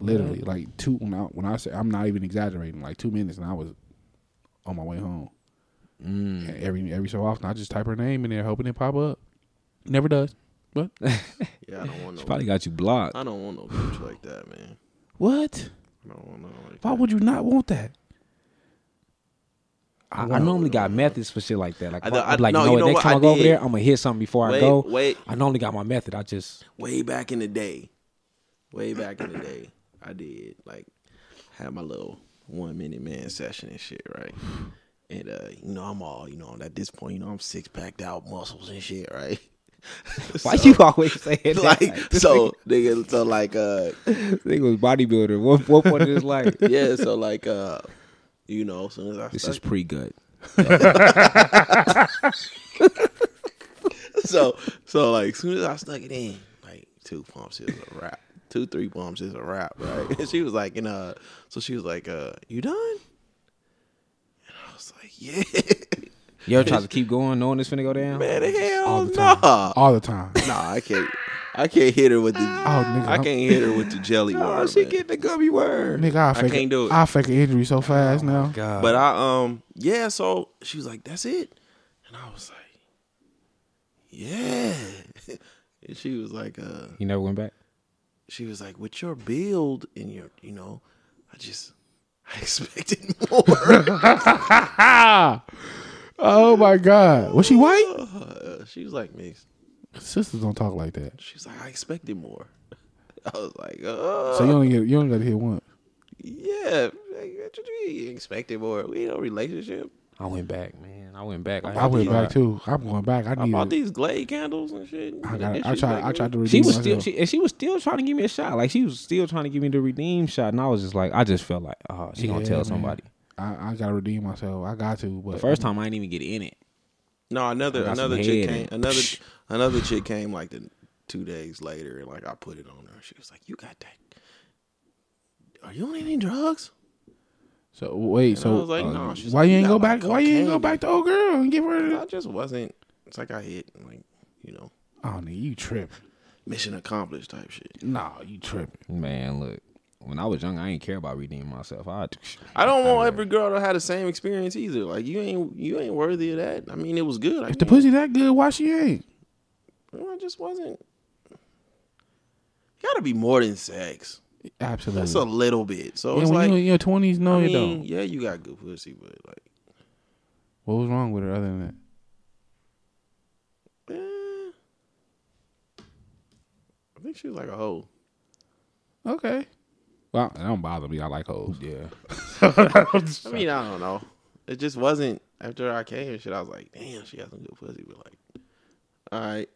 Literally, like two. When I when I say I'm not even exaggerating, like two minutes, and I was on my way home. Mm. And every every so often, I just type her name in there, hoping it pop up. Never does. But yeah, I don't want no. Probably got you blocked. I don't want no coach like that, man. what? I don't want no. Like Why that. would you not want that? I, I normally got methods for shit like that. Like, I I, know- I- like no, you know, you what, know next what? time I I, go over did. there, I'm gonna hit something before Wait, I go. wait. I normally got my method. I just way back in the day, way back in the day, I did like had my little one minute man session and shit, right? And uh, you know, I'm all, you know, at this point, you know, I'm six packed out muscles and shit, right? why So, you always saying that? like this so nigga so like uh nigga was bodybuilder. What what point is like? yeah, so like uh you know, as soon as I This start- is pre good. so so like as soon as I stuck it in, like two pumps is a wrap. Two, three pumps is a wrap, right? And she was like, and uh so she was like, uh, you done? And I was like, Yeah. You ever try to keep going knowing it's finna go down? Man, hell All the no. time. All the time. Nah, I can't I can't hit her with the Oh, nigga, I I'm- can't hit her with the jelly water. man. Oh, the gummy word. Nigga, I, I fake can't do it. Oh I fake an injury so fast now. God. But I um yeah, so she was like, That's it. And I was like, yeah. and she was like, uh, You never went back. she was like, with your build and your, you know, I just, I expected more. Oh my God. Was she white? Uh, she was like, mixed. Sisters don't talk like that. She was like, I expected more. I was like, oh, So you only get, you only got to hit one. yeah. Like, what you mean you expected more? We in a relationship. I went back, man. I uh, went back. I went back too. I'm going back. I I need. bought these Glade candles and shit. I, got, I tried. I tried to redeem She was still myself. she, and she was still trying to give me a shot. Like she was still trying to give me the redeem shot, and I was just like, I just felt like, oh, she gonna Yeah, tell man. somebody. I, I got to redeem myself. I got to. But The first time I didn't even get in it. No, another I got another some chick came. head and Another another chick came like the two days later, and like I put it on her. She was like, "You got that? Are you on any drugs?" So wait. I So was like, uh, no, she's why like, you you ain't got go my back? Why you ain't go cocaine. back to old girl and give And her? I just wasn't. It's like I hit like you know Oh, nigga, you tripping? mission accomplished type shit. Nah, you tripping? Man, look, when I was young, I didn't care about redeeming myself. I I don't want every girl to have the same experience either. Like you ain't you ain't worthy of that. I mean, it was good. I If the can't- pussy that good, why she ain't? I just wasn't. Got to be more than sex. Absolutely. That's a little bit. So yeah, it's when like you in your twenties, no, I you mean, don't. yeah, you got good pussy, but like. What was wrong with her other than that? Eh, I think she was like a hoe. Okay. Well, that don't bother me. I like hoes. yeah. I mean, I don't know. It just wasn't after I came and shit. I was like, damn, she got some good pussy. But like, all right,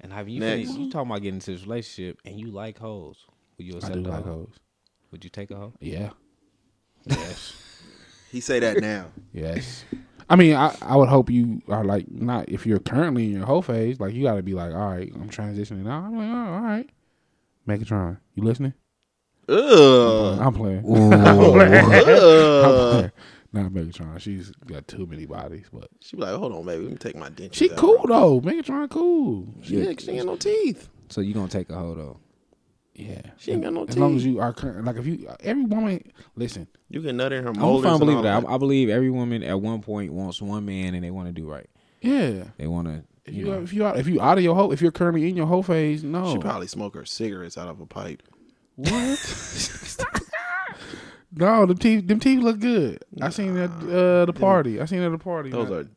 And have you Next. finished, you talking about getting into this relationship and you like hoes? Would you I accept do a like hoe? hoes. Would you take a hoe? Yeah. Yes. he say that now. yes. I mean, I, I would hope you are like not if you're currently in your whole phase. Like you got to be like, all right, I'm transitioning now. I'm like, oh, all right. Megatron, you listening? Ugh. I'm playing. Uh, Ugh. Not Megatron. She's got too many bodies, but She be like, hold on, baby, let me take my dentures. she out." cool though. Megatron cool. She, ain't- she ain't no teeth. So you gonna take a hoe though? Yeah. She ain't got no As long as teeth. you are current, like if you every woman listen, You can nut in her I'm a molars. and firm all believer that. that. I, I believe every woman at one point wants one man and they want to do right. yeah. They want to, If you you, know. if you out if you out of your whole if you're currently in your whole phase, no. She probably smoke her cigarettes out of a pipe. what? no, them teeth them teeth look good. I seen that uh, the party. I seen it at the party. Those are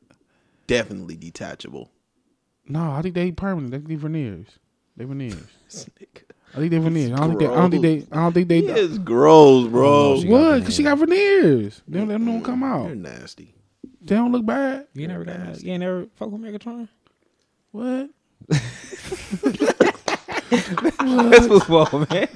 definitely detachable. no, I think they permanent. They they veneers. They veneers. This nigga. I think they veneers. I don't think they. I don't think they. I don't think they. He is gross, bro. she What? Cause she got veneers. Them them don't come You're out. nasty. They don't look bad. You ain't never got, you ain't never fuck with Megatron. What? That's football, man.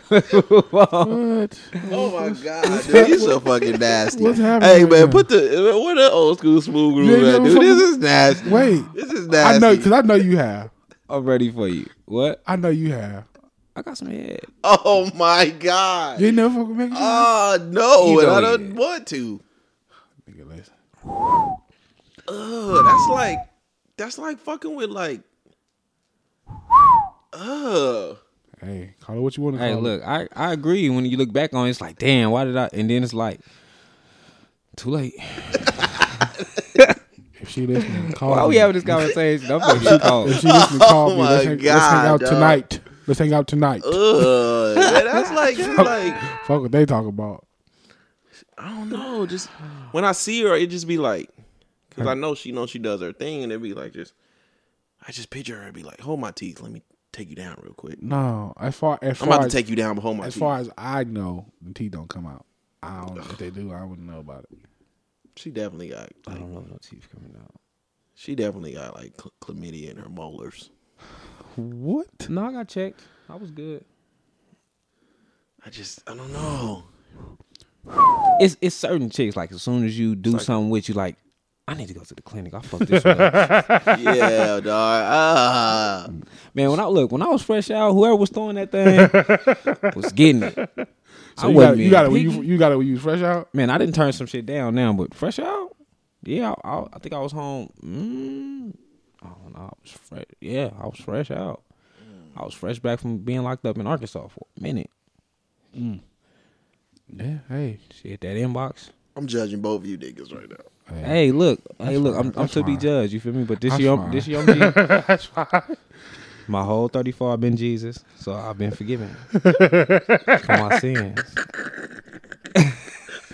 football. What? Oh my god, dude, you so fucking nasty. What's happening Hey right man, now? put the what the old school smooth You ain't groove at, never dude. fucking- This is nasty. Wait. this is I nasty. know because I know you have. I'm ready for you. What? I know you have. I got some head. oh my god. You ain't never fucking Megatron. Oh no, You and know I you don't did. want to. Uh, Nigga, listen. Ugh, that's like that's like fucking with like. Ugh. Hey, call it what you want to call Hey, it. look, I, I agree. When you look back on it, it's like, damn, why did I? And then it's like, too late. If she listening, call Why are we me. having this conversation? I'm fucking get called. Oh, If she listening, call Oh me. my Let's hang, let's hang God, out dog. tonight. Let's hang out tonight. Ugh. Man, that's like you like Fuck what they talk about. I don't know. Just when I see her, it just be like, because I know she knows she does her thing, and it be like just, I just picture her and be like, hold my teeth, let me take you down real quick. No, as far as I'm far about to as, take you down, but hold my as teeth. far as I know, the teeth don't come out. I don't. If they do, I wouldn't know about it. she definitely got, I like, don't know if no teeth coming out. she definitely got like chla- chlamydia in her molars. What? No, I got checked. I was good. I just, I don't know. It's it's certain chicks like as soon as you do something with you, like I need to go to the clinic. I fucked this one up. yeah, dog. Ah, man. When I look, when I was fresh out, whoever was throwing that thing was getting it. So I you wasn't got it. You being got it. When you, picky. you got it when you fresh out. man. I didn't turn some shit down now, but fresh out, yeah. I, I, I think I was home. Mm, I don't know. I was fresh. Yeah, I was fresh out. I was fresh back from being locked up in Arkansas for a minute. Yeah. Hey. Shit, that inbox. I'm judging both of you niggas right now. Hey, look, hey, look, fine, I'm, I'm that's to be fine. judged. You feel me? But this That's year, I'm- fine. this year, I'm Jesus. That's fine. my whole 34, I've been Jesus, so I've been forgiven for my sins.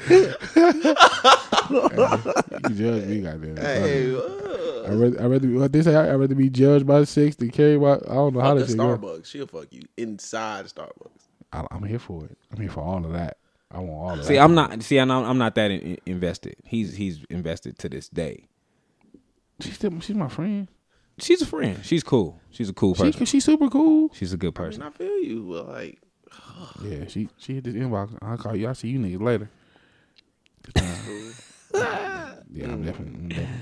You can judge me, goddamn. Hey, Hey. uh, I rather, I rather, what they say, I rather be judged by six than carried by. I don't know how fuck the this shit go. Starbucks. She'll fuck you inside Starbucks. I, I'm here for it. I'm here for all of that. I want all of See, that. I'm not. See, I'm not, I'm not that in, invested. He's he's invested to this day. She's still, she's my friend. She's a friend. She's cool. She's a cool person. She, she's super cool. She's a good I mean, person. I feel you, but like, Yeah, she she hit this inbox. I'll call you. I'll see you niggas later. Uh, yeah, I'm definitely, I'm definitely.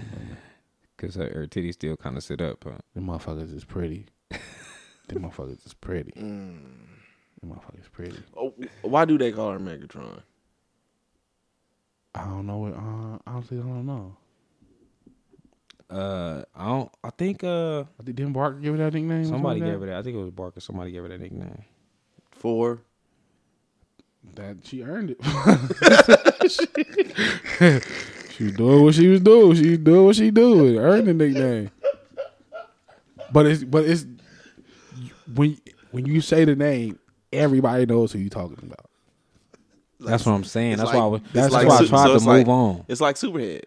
Cause her, her titties still kind of sit up. Huh? Them motherfuckers is pretty. Them motherfuckers is pretty. Them motherfuckers pretty. oh, why do they call her Megatron? I don't know what. Uh, honestly, I don't know. Uh, I don't. I think uh I think didn't Barker give her that nickname. somebody gave her that. I think it was Barker. Somebody gave her that nickname. For that. That she earned it. she was doing what she was doing. She was doing what she doing. Earned the nickname. But it's but it's when when you say the name, everybody knows who you talking about. That's what I'm saying. it's That's like- why. I, was- it's that's like why I su- tried so to it's move like- on. it's like Superhead.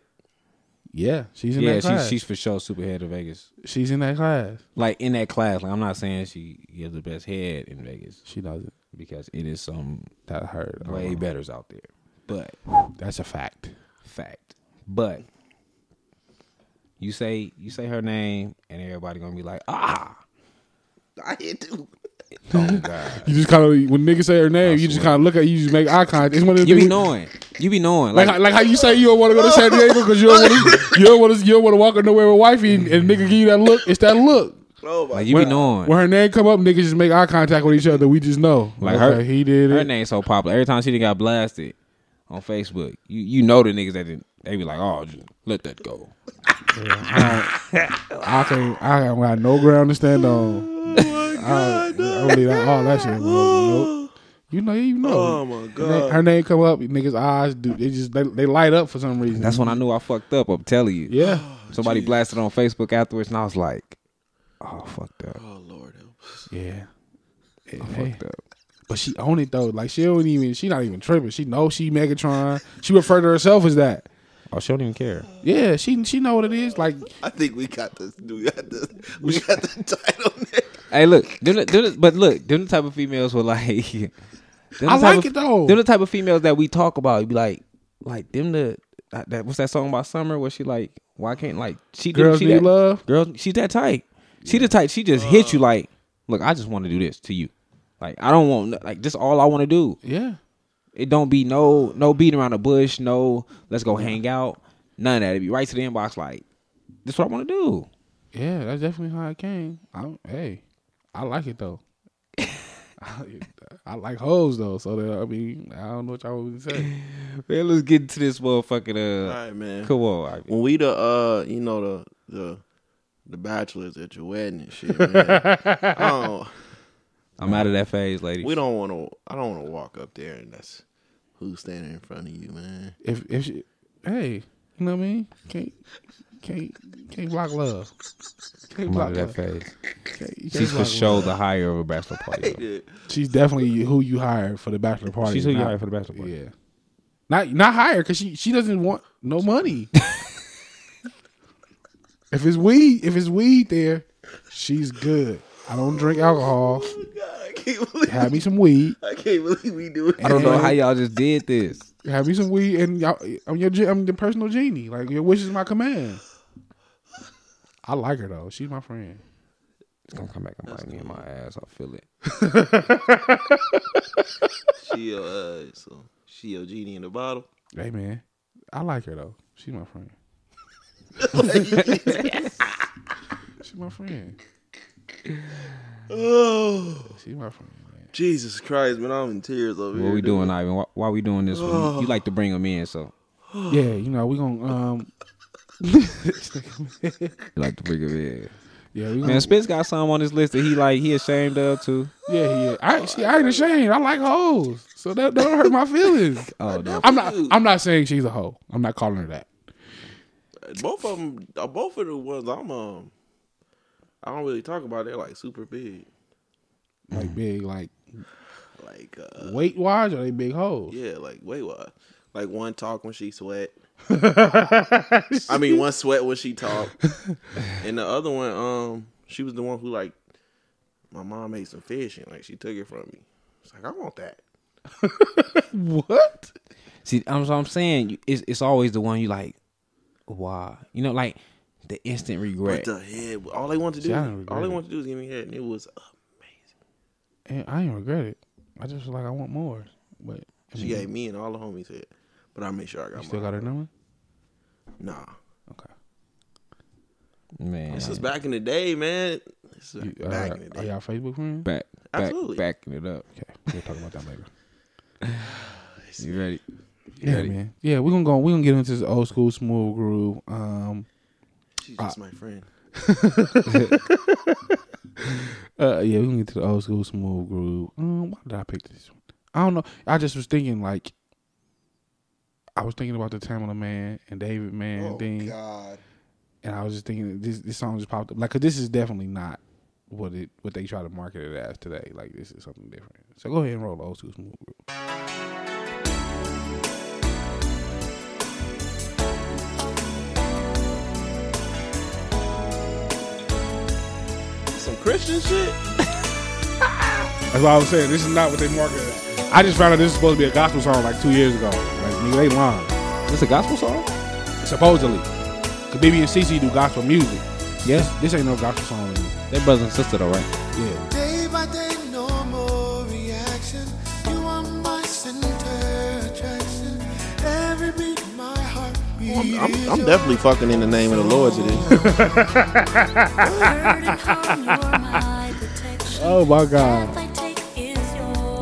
Yeah, she's in Yeah, that she's class. she's for sure super head of Vegas. she's in that class. Like in that class. Like I'm not saying she gives the best head in Vegas She doesn't. because it is some That hurt. Um, way betters out there. But That's a fact. fact. But you say you say her name, and everybody gonna be like, ah, I hit too. oh god. You just kind of when niggas say her name, you just kind of look at you, just make eye contact. It's one of the You be things- knowing, you be knowing, Like, like, how- like how you say you don't want to go to San Diego because you don't want to you don't want to you don't want to walk up nowhere with wifey and, and nigga give you that look. It's that look. Oh my like you be knowing. When her name come up, niggas just make eye contact with each other. We just know. Like her- Okay, he did Her it. name so popular. Every time she done got blasted on Facebook, you you know the niggas that didn't. They be like, oh, just let that go. I can't. I don't got no ground to stand Oh on. I, I don't leave that all that shit. alone. Nope. You know, you know. Oh, my Her name, God. her name come up, niggas' eyes do they just they, they light up for some reason. That's when I knew I fucked up. I'm telling you. yeah. Oh, Somebody blasted on Facebook afterwards, and I was like, oh, fucked up, Oh Lord, help us. Yeah. fucked up. But she own it though. Like she don't even she not even tripping. She knows she Megatron. She referred to herself as that. Oh, she don't even care. Yeah, she she know what it is. Like I think we got this. We got this. We got the title. Next. Hey, look, them, the- them, the- but look, them the type of females were like, them the I type like of- it though. Them the type of females that we talk about. You be like, like them the that, that- what's that song about summer? Where she like, why can't like she did- Girls she need that, love. Girls, she's that tight. She the type. She just hit you like, look, I just want to do this to you. Like I don't want no- like this. is All I want to do. Yeah. It don't be no no beating around the bush. No, let's go hang out. None of that. It be right to the inbox. Like this is what I want to do. Yeah, that's definitely how it came. I, hey, I like it though. I, I like hoes though, so that, I mean, I don't know what y'all would say. Man, let's get into this motherfucking. Uh, All right, man. Come on. I When we the uh, you know the the the bachelors at your wedding and shit, man. oh, I'm out of that phase, lady. we don't want to. I don't want to walk up there and that's who's standing in front of you, man. If if she, hey, you know what I mean? Can't can't can't block love. Can't I'm out block of love. that phase. Can't- you can't She's for block sure love. the higher of a bachelor party. though. She's definitely who you hired for the bachelor party. She's who you not- hire for the bachelor party. Yeah. Not not hire because she she doesn't want no money. if it's weed, if it's weed there, she's good. I don't drink alcohol. God, I can't believe. Have me some weed. I can't believe we do it. I don't know how y'all just did this. Have me some weed, and y'all, I'm your ge- I'm your personal genie. Like your wish is my command. I like her though. She's my friend. It's gonna come back and bite me in my ass. I feel it. She a uh, so she a genie in the bottle. Hey man, I like her though. She's my friend. she's my friend. Oh, She's my friend. Man. Jesus Christ, man! I'm in tears over What here. we dude. doing, Ivan? Why, why we doing this? one? You, you like to bring them in, so Yeah, you know we gonna um. you like to bring them in. Yeah, we Man, gonna, Spence got some on his list that he like he ashamed of too. yeah, yeah. I see. I ain't ashamed. I like hoes, so that, that don't hurt my feelings. Oh no, I'm not. I'm not saying she's a hoe. I'm not calling her that. both of them, uh, both of the ones I'm um, I don't really talk about. They're like super big, Like big, like like uh, weight wise, or they big hoes? yeah, like wait what? Like one talk when she sweat. I mean, one sweat when she talk, and the other one, um, she was the one who like my mom made some fish and like she took it from me. It's like I want that. What? See, I'm so I'm saying you- it's it's always the one you like. Why? You know, like the instant regret. What the head? All they want to do, I don't all regret they it. want to do is give me head, and it was. Uh, And I ain't regret it. I just feel like I want more. But I she mean, gave me and all the homies head, but I made sure I got. Mm-hmm. you still mine. got her number? Nah, Okay. Man, this is back in the day, man. This is You, back uh, in the are day. y'all Facebook friends? back back Absolutely. backing it up. Okay, we'll talk about that later. You ready? You Yeah, ready? man. Yeah, we're gonna go. We're gonna get into this old school smooth groove. Um, She's just my friend. uh, yeah, we're gonna get to the old school smooth groove. Um, why did I pick this one? I don't know. I just was thinking like, I was thinking about the Tamala Man and David Man Oh, thing, God. and I was just thinking this this song just popped up. Like, 'cause this is definitely not what it what they try to market it as today. Like, this is something different. So go ahead and roll the old school smooth groove. Some Christian shit. That's what I was saying. This is not what they market. it as. I just found out this is supposed to be a gospel song like two years ago. Like, nigga, they lying. This a gospel song? supposedly. Cause BB and CC do gospel music. Yes, this ain't no gospel song. to me. They brother and sister though, right? Yeah, Day by day, no more reaction. You are my center attraction. Every beat, my heart. I'm, I'm, I'm definitely fucking in the name of the Lord to this. Oh, oh my God.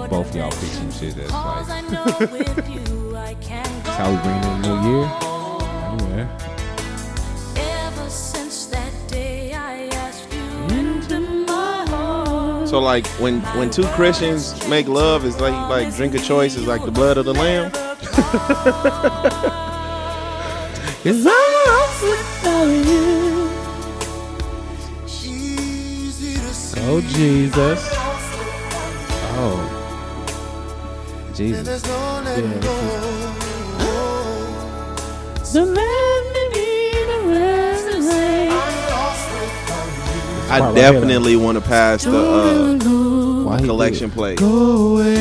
Both y'all pick some shit that's like I know with you I can go how we bring in the new year. on. oh, Ever since that day I asked you into my heart. So like when when two Christians make love, it's like like drink of choice is like the blood of the lamb. Easy to see. Oh Jesus. Oh. Jesus. There's no letting Yeah, go. I definitely want to pass the uh, Why he collection plate. Ooh, that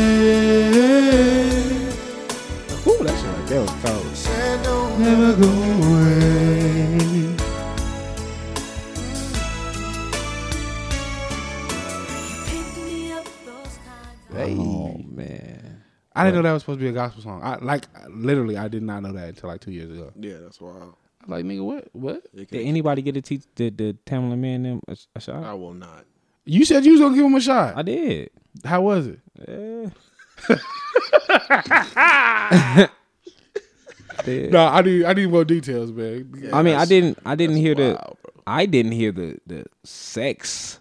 shit right there was cold. Said no. Pick me up those times. do it? Oh man. I didn't know that was supposed to be a gospel song. I like literally, I did not know that until like two years ago. Yeah, that's wild. I was like, nigga, what? What? Did anybody get a teach did the Tamala man them a, a I shot? will not. You said you was gonna give him a shot. I did. How was it? Eh. Yeah. No, I need I need more details, man. Yeah, I mean, I that's- didn't. I didn't hear the. wild, bro. I didn't hear the the sex.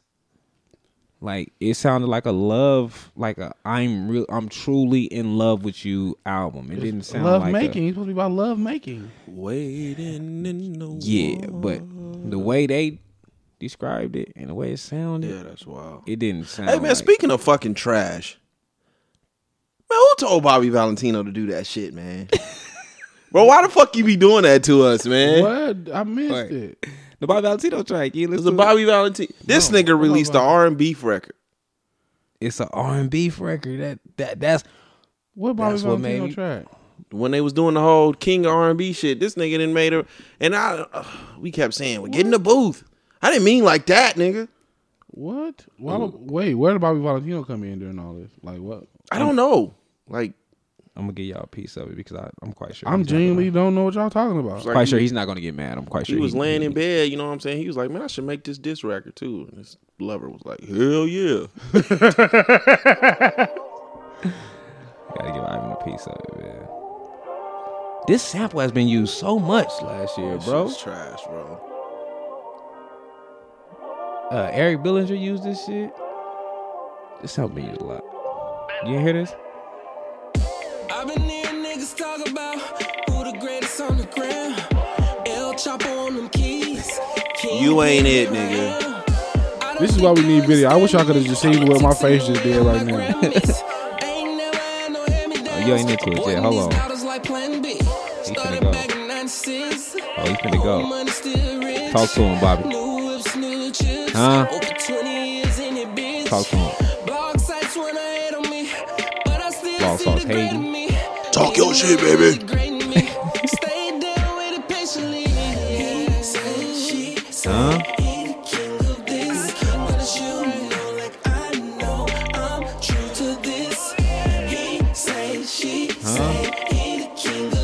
Like it sounded like a love, like a I'm real, I'm truly in love with you album. It didn't sound love like a- making. It's supposed to be about love making. Waiting in the yeah, but the way they described it and the way it sounded, yeah, that's wild. it didn't sound. Hey man, like- speaking of fucking trash, man, who told Bobby Valentino to do that shit, man? Bro, why the fuck you be doing that to us, man? What? I missed Wait. it. the Bobby Valentino track. You It's a listen, to it. Bobby Valentino. This nigga released the R and B record. it's an R and B record. That that that's What Bobby That's what made Valentino me- track? When they was doing the whole King of R and B shit, this nigga didn't made it. And I, uh, we kept saying, "We get in the booth." I didn't mean like that, nigga. What? Why, wait, where did Bobby Valentino come in during all this? Like what? I don't know. Like, I'm gonna give y'all a piece of it because I, I'm quite sure. I'm he's not gonna- genuinely don't know what y'all talking about. quite sure he's not gonna get mad. I'm quite he sure was laying in he- bed. You know what I'm saying? He was like, "Man, I should make this diss record too." And his lover was like, "Hell yeah." Gotta give Ivan a piece of it, man. This sample has been used so much last year, bro. Shit's trash, bro. Uh, Eric Billinger used this shit. This sample been used a lot. You didn't hear this? I've been hearing niggas talk about who the greatest on the ground. El Chapo You ain't it, nigga. This is why we need video. I wish I could have just seen what my face just did right now. Oh, you ain't into it yet. Hold on. He finna go. Oh, he finna go. Talk to him, Bobby. Huh? Talk to him. Blog sauce hating. Talk your shit, baby. Huh? Huh?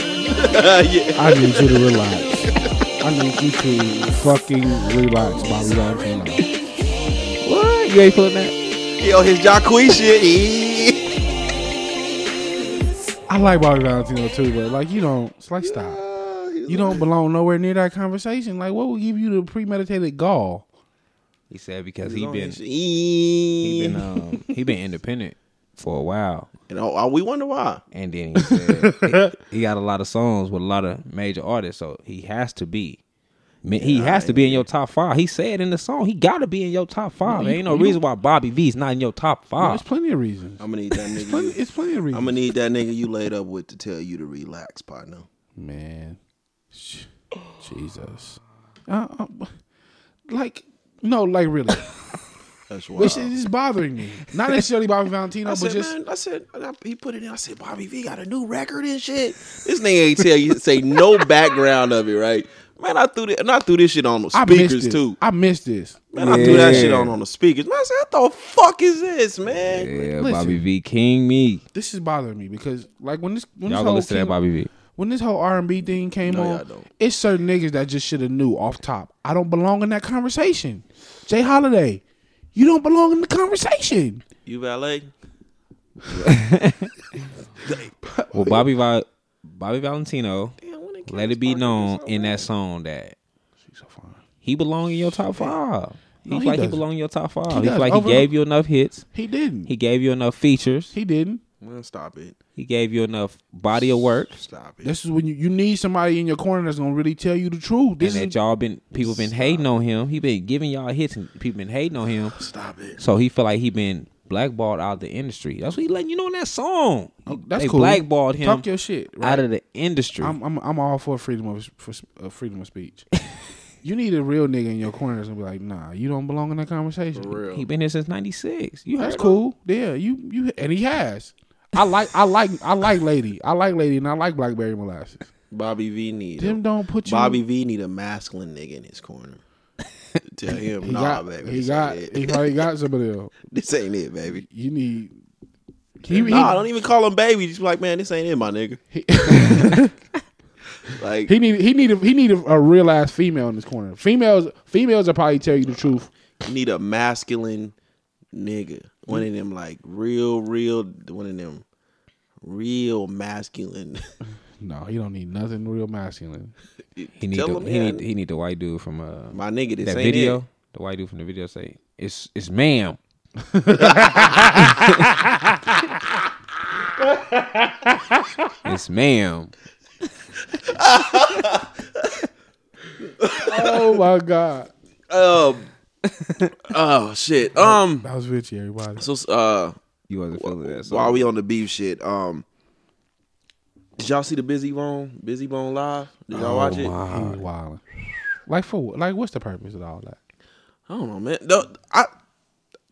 I need you to relax. I need you to fucking relax, Bobby Valentino. What? You ain't feeling that? Yo, his Jacque shit. I like Bobby Valentino too, but like you don't. It's like stop. You don't belong nowhere near that conversation. Like, what would give you the premeditated gall? He said because he been he He been um he been independent for a while, And oh, oh, we wonder why. and then he said he, he got a lot of songs with a lot of major artists, so he has to be. Man, he has to be in your top five. He said in the song, he got to be in your top five. There ain't no reason why Bobby V's not in your top There's five. plenty of reasons. I'm gonna need that Plenty, nigga. it's plenty of I'm reasons. gonna need that nigga you laid up with to tell you to relax, partner. Man, Sh- Jesus. Uh, uh, like, no, like really. That's why. Which is bothering me. Not necessarily Bobby Valentino, I but said, just man, I said, and I- he put it in. I said, Bobby V got a new record and shit. This nigga ain't tell you, say no background of it, right? Man, I threw it, and I threw this shit on the I missed speakers it. too. I missed this. Man, I threw that Yeah. shit on on the speakers. Man, I said, what the fuck is this, man? Yeah, Listen. Bobby V King me. This is bothering me because, like, when this when Y'all this go whole listen to that came- Bobby V. when this whole R and B thing came No, y'all on, don't. it's certain niggas that just should have knew off top. I don't belong in that conversation. Jay Holiday, you don't belong in the conversation. You valet? Well, Bobby Val- Bobby Valentino Damn, when it let it be known in that song that She's so fine. he belong in your top five. He No, he like he doesn't. belong in your top five. He He, does. like Over- he gave you enough hits. He didn't. He He, gave you enough features. didn't. Man, stop it. He gave you enough body of work. Stop it. This is when you, you need somebody in your corner that's gonna really tell you the truth. This and is that y'all been people been hating on him. He been giving y'all hits and people been hating on him. Stop it. So he feel like he been blackballed out of the industry. That's what he letting you know in that song. Oh, that's they cool. blackballed him Talk your shit. Right? out of the industry. I'm, I'm I'm all for freedom of for, uh, freedom of speech. you need a real nigga in your corner that's gonna be like, nah, you don't belong in that conversation. For real. he been here since '96. You That's heard him? cool. Yeah, you you and he has. I like I like I like Lady. I like Lady and I like Blackberry molasses. Bobby V need Them a, don't put you. Bobby V need a masculine nigga in his corner. To Tell him, he nah, got baby. he this got ain't he it. probably got somebody else. this ain't it, baby. You need. He, No, nah, don't even call him baby. Just be like, man, this ain't it, my nigga. he, Like, he need he need a, he need a, a real ass female in this corner. Females females will probably tell you the truth. you need a masculine nigga. One of them, like, real, real, one of them real masculine. No, he don't need nothing real masculine. He need Tell the, him he that. need he need the white dude from uh my nigga, this that ain't video. it. The white dude from the video say it's it's ma'am. it's ma'am. Oh my god, Um, oh, shit. Um, that was Richie. Everybody, so, uh, You wasn't feeling that. So. while we on the beef shit, um, did y'all see the Busy Bone, Busy Bone live? Did y'all Oh watch it? he was wilding. Like for what? Like what's the purpose of all that? I don't know, man. No, I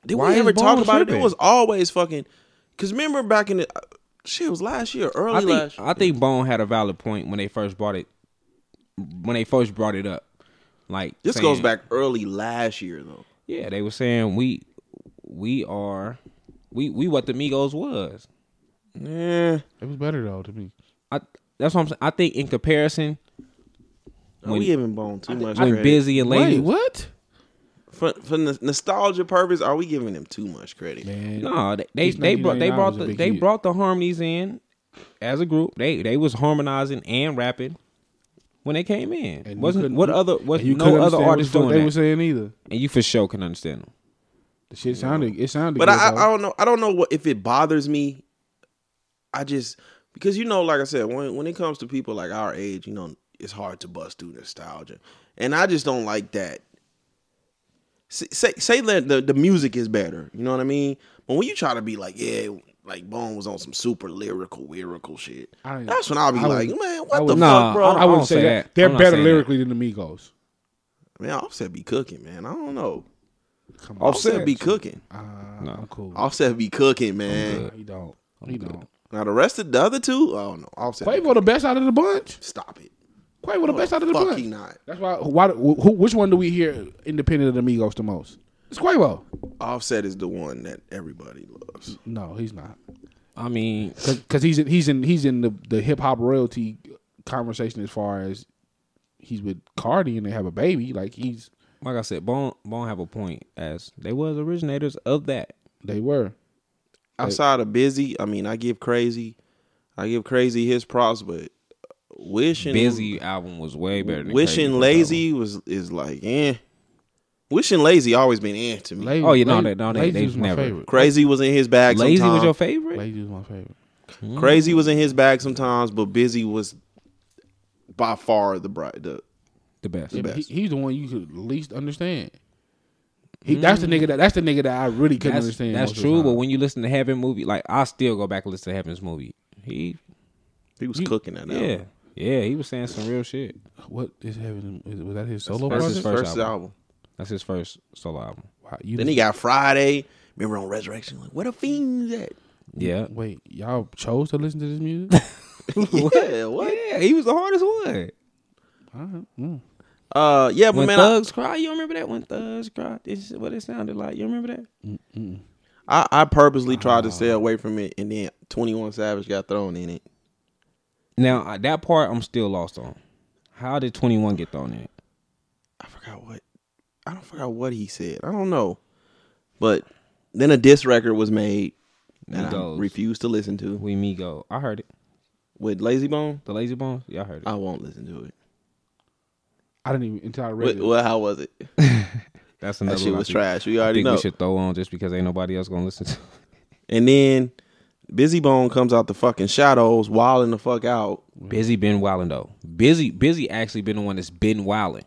did Why we is ever talk Bone about it? It tripping? was always fucking. Cause remember back in the uh, shit it was last year, early I think last. year. I think Bone had a valid point when they first brought it when they first brought it up. Like This saying- goes back early last year though. Yeah, they were saying we we are we we what the Migos was. Yeah, It was better though to me. I that's what I'm saying. I think in comparison When- we giving Bone too much when credit Busy and Lady Wait, what? for, for n- nostalgia purpose. Are we giving them too much credit? Man, No, they they, East they 99 brought they was brought a the big they hit. brought the harmonies in as a group. They they was harmonizing and rapping when they came in. And you Wasn't couldn't- what other was and you no couldn't other understand what artist the fuck doing they that. were saying either. and you for sure can understand them. The shit sounded it sounded. But good, I, I, though. I don't know. I don't know what if it bothers me I just because you know, like I said, when when it comes to people like our age, you know, it's hard to bust through nostalgia, and I just don't like that. S- Say say that the the music is better, you know what I mean? But when you try to be like, yeah, like Bone was on some super lyrical, lyrical shit, I- that's when I'll be I like, would- man, I what the would- fuck, nah, bro? I I wouldn't won't say say that. that. They're I'm not better saying that. lyrically than the Migos. man, Offset be cooking, man. I don't know. Come on. Offset be cooking. Uh, I'm cool. Offset be cooking, man. No, he don't. He don't. Now the rest of the other two, oh no, Offset. Quavo the best out of the bunch. Stop it. Quavo the best out of the fuck bunch. he not. That's why. Why? Who, which one do we hear independent of the Migos the most? It's Quavo. Offset is the one that everybody loves. No, he's not. I mean, Because he's in, he's in he's in the, the hip hop royalty conversation as far as he's with Cardi and they have a baby. Like he's like I said, Bone Bone have a point as they was originators of that. they were. Outside of Busy, I mean, I give Crazy, I give Crazy his props, but wishing Busy album was way better. Than Crazy wishing Foot lazy was is like eh. Wishing lazy always been eh to me. Lazy, Oh, yeah, no, they- no, they- Lazy they was my never. favorite. Crazy was in his bag. album. Lazy was your Mm. sometimes. favorite. Lazy was my favorite. Crazy was in his bag sometimes, but Busy was by far the bright. The The best. Yeah, but he, best. he's the one you could least understand. He, That's the nigga that that's the nigga that I really couldn't Mm. That's, understand. that's most of the true. But time. when you listen to Heaven movie, like I still go back and listen to Heaven's movie. He he was cooking that. yeah album. yeah he was saying some real shit. what is heaven? Is, was that his solo That's his project? first, first album. album. That's his first solo album. Wow, you Then he got Friday. Remember on Resurrection, like where the fiends at? Yeah. wait. Y'all chose to listen to this music. yeah, what? Yeah, he was the hardest one. Uh, yeah, but When man, I- thugs cry, you remember that? When thugs cry, this is what it sounded like. You remember that? I, I purposely tried to Oh. stay away from it, and then Twenty One Savage got thrown in it. Now I- that part I'm still lost on. How did 21 get thrown in? it? I forgot what I don't forgot what he said. I don't know, but then a diss record was made that I Migos. refused to listen to We me go. I heard it. with Lazy Bone. The lazy bones. Yeah, I heard it. I won't listen to it. I didn't even until I read What, it. well, how was it? That's That another. shit one I was think- trash. We I already think know. we should throw on just because ain't nobody else gonna listen to. And then Busy Bone comes out the fucking shadows, wilding the fuck out. Busy been wilding though. Busy, busy actually been the one that's been wilding.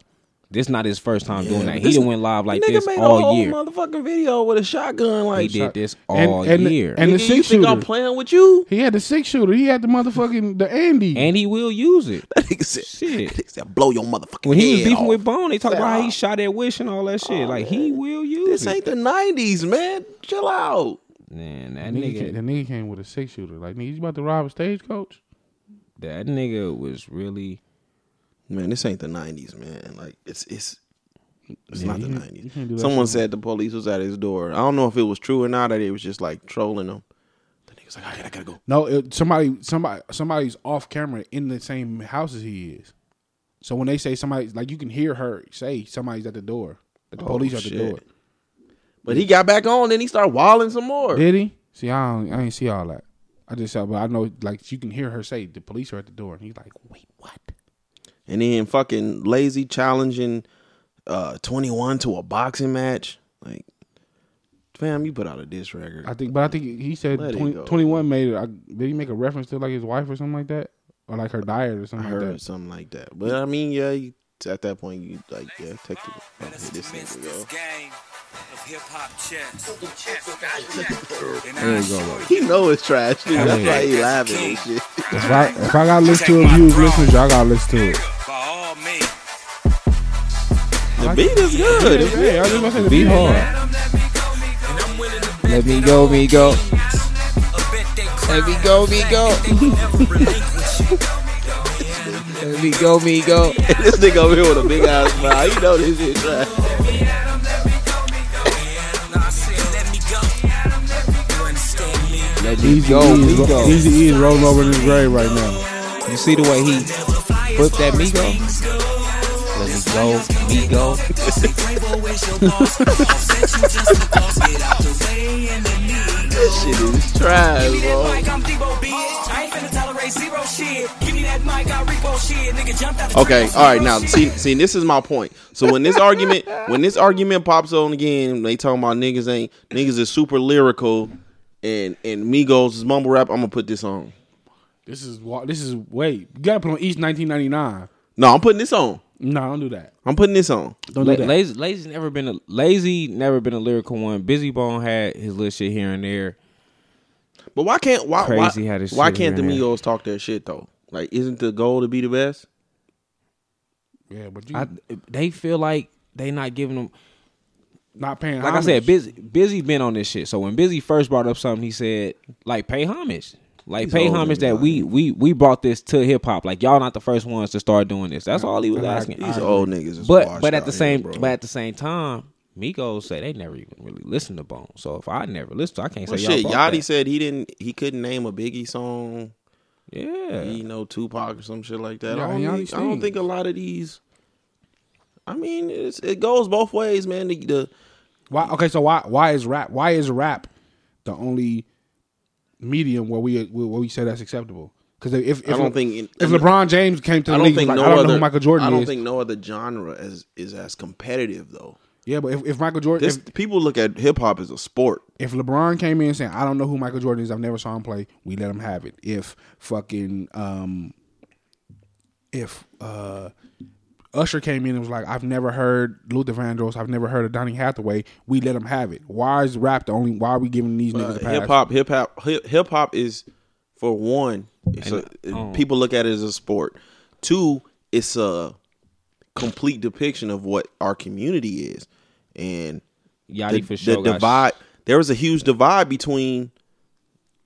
This not his first time doing that. He this- done went live like nigga this made a all whole year. motherfucking video with a shotgun. He Like, did this And- all and- year, and- and, the nigga, you six think I'm shooter. playing with you? He had the six shooter. He had the motherfucking the Andy. he will use it. Nigga said, Shit. nigga said, blow your motherfucking When he was head beefing off. with Bone, they talk about how "Oh, he shot at Wish and all that shit. like he will use This it. ain't the nineties, man. Chill out. Man, That that nigga, came, nigga, that nigga came with a six shooter. Like nigga, you about to rob a stagecoach? that nigga was really. Man, this ain't the nineties, man. Like it's it's it's Yeah, not you the can't- you nineties. can't do that Someone said the police was at his door. I don't know if it was true or not, or they was just like trolling him. The nigga's like, I gotta, I gotta go. No, it, somebody, somebody, somebody's off camera in the same house as he is. So when they say somebody's like, you can hear her say somebody's at the door. That the police at the Oh, shit. door. But he got back on, then he started wilding some more. Did he? See, I don't, I ain't see all that. I just saw, but I know like you can hear her say the police are at the door, and he's like, wait, what? And then fucking lazy challenging uh twenty one to a boxing match. Like, fam, you put out a diss record. I think, but I think he said Let it 20, go. 21 made it. I, did he make a reference to like his wife or something like that, or like her diet or I something like heard that? something like that. But I mean, yeah, you, at that point, you like, yeah, take it. fuck with this Miss nigga, this yo. game of hip hop chess. And There I you go. assure Like, He know it's trash, dude. That's why he Yeah. laughing and shit. If I, if I gotta listen to it, you listeners, y'all gotta listen to it. by all means. The beat is good. It's Yeah, I was just about to say the be beat hard. Let 'em let Let me me go, me go. And I'm willing to bet that go, I'm me go. gonna bet they Let me crime go, is a me fact go. that they will never relinquish it. Let me go, me go. this nigga over here with a big ass smile. You know this shit trash. Nah, I said, let me go. You understand me? Let me go, me go. Easy E is rolling over in his grave right now. You see the way he flipped that Migo? Let me go, Migo. Quavo is your boss. Offset you just a boss. Get out the way and the need. This shit is trash, Give me that bro. mic, I'm Debo, bitch. I ain't finna tolerate zero shit. Give me that mic, I repo shit. Nigga jumped out the Okay, trap, all right. Now, zero shit. see, see, this is my point. So when this argument, when this argument pops on again, they talking about niggas ain't niggas is super lyrical. and and Migos is mumble rap, I'm gonna put this on. This is wa- this is wait. You gotta put on East 1999. No, I'm putting this on. No, don't do that. I'm putting this on. Don't La- do that. lazy, lazy's never been a lazy, never been a lyrical one. Busy Bone had his little shit here and there. But why can't why Crazy why, how this why shit can't the ran out. Migos talk that shit though? Like, isn't the goal to be the best? yeah, but you I, they feel like they not giving them. not paying. Like I homage. said, busy, busy been on this shit. So when busy first brought up something, he said like pay homage, like He's pay old homage nigga, that we we we brought this to hip hop. Like y'all not the first ones to start doing this. That's all he was I- asking. I- These old niggas. Is But washed but at out the here, same bro. but at the same time, Migos say they never even really listen to Bone. So if I never listen, to, I can't Well, say Oh, shit, y'all. brought Yachty that. said he didn't. He couldn't name a Biggie song. yeah. You know, Tupac or some shit like that. Yeah, I, don't Yachty think, I don't stinks. think a lot of these. I mean, it's, it goes both ways, man. The, the why? Okay, so why why is rap why is rap the only medium where we where we say that's acceptable? Because if, if I don't think in- if LeBron James came to the I don't league, he was think like, no I don't know other who Michael Jordan I don't is. think no other genre is is as competitive though. yeah, but if, if Michael Jordan This if, people look at hip hop as a sport. if LeBron came in saying I don't know who Michael Jordan is, I've never saw him play, we let him have it. If fucking um if uh Usher came in and was like, I've never heard Luther Vandross, I've never heard of Donny Hathaway. We let him have it. Why is rap the only? Why are we giving these niggas a pass? Hip hop, hip hop, Uh, hip hop is for one. It's a, people look at it as a sport. Two, it's a complete depiction of what our community is, and Yachty the, for sure. the got- divide. There was a huge divide between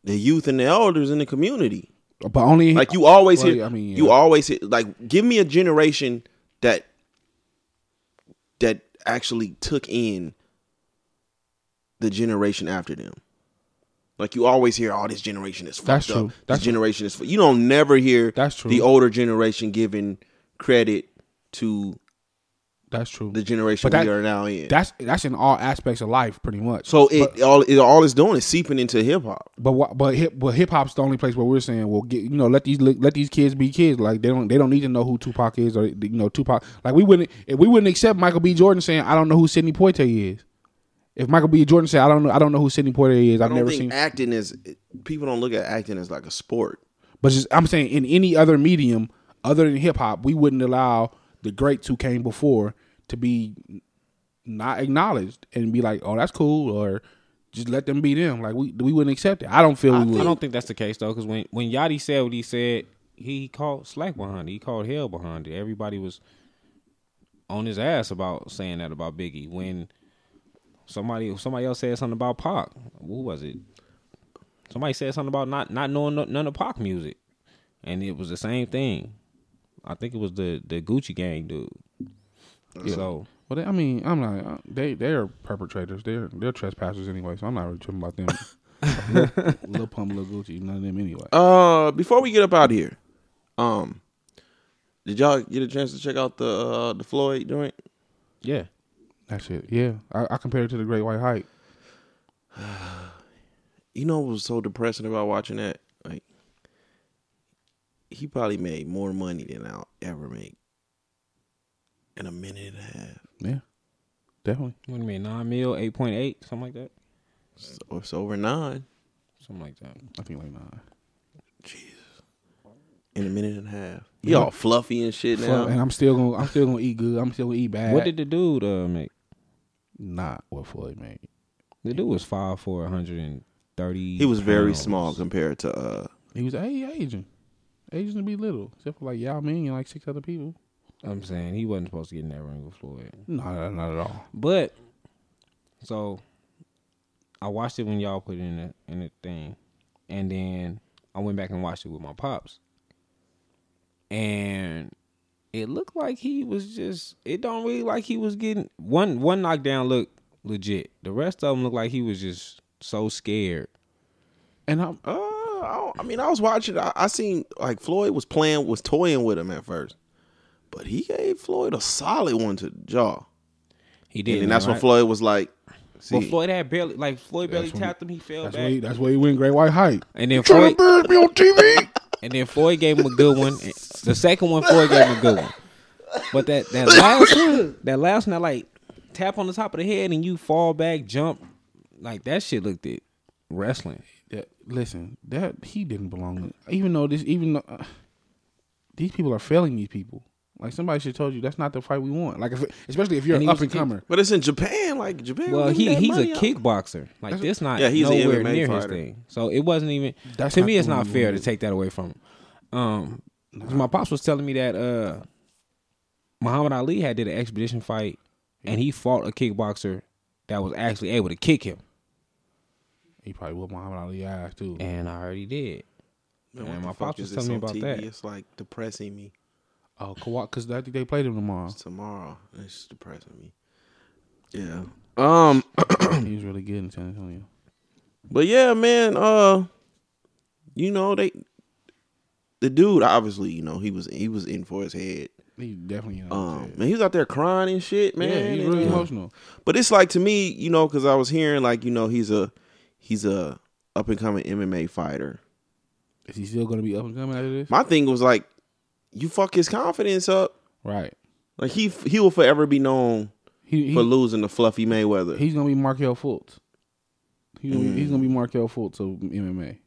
the youth and the elders in the community. but only Like you always Well, hear, I mean, yeah. you always hear, like give me a generation that that actually took in the generation after them. Like you always hear, oh, this generation is fucked That's up. true. This That's true. generation is. Fu-. You don't never hear That's true. the older generation giving credit to That's true. the generation But that- we are now in. that's that's in all aspects of life, pretty much. so it all it all it's doing is seeping into hip hop. but wha- but hip but hip hop's the only place where we're saying, well, get, you know, let these li- let these kids be kids. Like they don't they don't need to know who Tupac is or you know Tupac. Like we wouldn't if we wouldn't accept Michael B. Jordan saying, I don't know who Sidney Poitier is. If Michael B. Jordan said, I don't know I don't know who Sidney Poitier is, I I've don't never think seen. acting is. People don't look at acting as like a sport. But just, I'm saying in any other medium other than hip hop, we wouldn't allow the greats who came before to be not acknowledged and be like, oh, that's cool, or just let them be them. Like we we wouldn't accept it. I don't feel we would. I don't think that's the case though, because when when Yachty said what he said, he called slack behind it. He called hell behind it. Everybody was on his ass about saying that about Biggie. When somebody somebody else said something about Pac, who was it? Somebody said something about not not knowing no- none of Pac music, and it was the same thing. I think it was the the Gucci Gang dude. So Well, they, I mean, I'm not. uh, They they're perpetrators. They're they're trespassers anyway. So I'm not really tripping about them. Lil, Lil Pump, Lil Gucci, none of them anyway. Uh, before we get up out of here, um, did y'all get a chance to check out the uh, the Floyd joint? yeah, That shit. Yeah, I, I compare it to the Great White Hype. You know what was so depressing about watching that? Like, he probably made more money than I'll ever make in a minute and a half Yeah, definitely. what do you mean nine mil, eight point eight, something like that, So it's over nine something like that. I think like nine. in a minute and a half. He all fluffy and shit now. Fuck, and I'm still gonna I'm still gonna eat good. I'm still gonna eat bad. What did the dude uh, make? not what Floyd made? The dude was five for 130. He was very pounds. small compared to uh. He was hey Asian, Asian to be little, except for like Yao Ming and like six other people. I'm saying he wasn't supposed to get in that ring with Floyd. No, no, not at all. But so I watched it when y'all put it in the in the thing, and then I went back and watched it with my pops, and it looked like he was just. It don't really like he was getting one one knockdown looked legit. The rest of them looked like he was just so scared. And I'm Oh, Uh, I, don't- I mean, I was watching. I, I seen like Floyd was playing, was toying with him at first, but he gave Floyd a solid one to the jaw, He and did, then that's when Floyd was like, "See, Well, Floyd had barely like Floyd barely when- tapped him. He fell that's back. where he, that's where he went Great White Hype. And then Trying to Floyd, burn me on TV. and then Floyd gave him a good one. And The second one, Floyd gave him a good one. But that that last one, that last one, that like tap on the top of the head and you fall back, jump, like that shit looked it. wrestling. that listen that he didn't belong to, even though this even though, uh, these people are failing these people like somebody should have told you that's not the fight we want like if, especially if you're And an he was up and comer But it's in Japan, like Japan. Well, give me he that he's a money. I- kickboxer. Like this, not Yeah, he's an nowhere MMA near fighter. his thing. So it wasn't even. That's to not me, the it's not one fair we to take that away from him. Um, 'cause my pops was telling me that uh, Muhammad Ali had did an expedition fight, and he fought a kickboxer that was actually able to kick him, he probably whooped Muhammad Ali ass too and I already did. Man, what And the my fuck pops is was this telling me on about TV? that. It's like depressing me. oh Kawhi because I think they played him tomorrow It's tomorrow. It's just depressing me. Yeah. Um. he was really good in San Antonio But yeah, man. Uh, you know they, the dude obviously, you know he was he was in for his head. he definitely you know, Um, man, he was out there crying and shit, man. yeah he's and, really uh, emotional But it's like to me, you know, because I was hearing like you know he's a he's a up and coming MMA fighter. is he still gonna be up and coming after this My thing was like, you fuck his confidence up. right Like he he will forever be known he, he for losing to Fluffy Mayweather. he's gonna be Markel Fultz he, gonna be he's gonna be Mm. Markel Fultz of MMA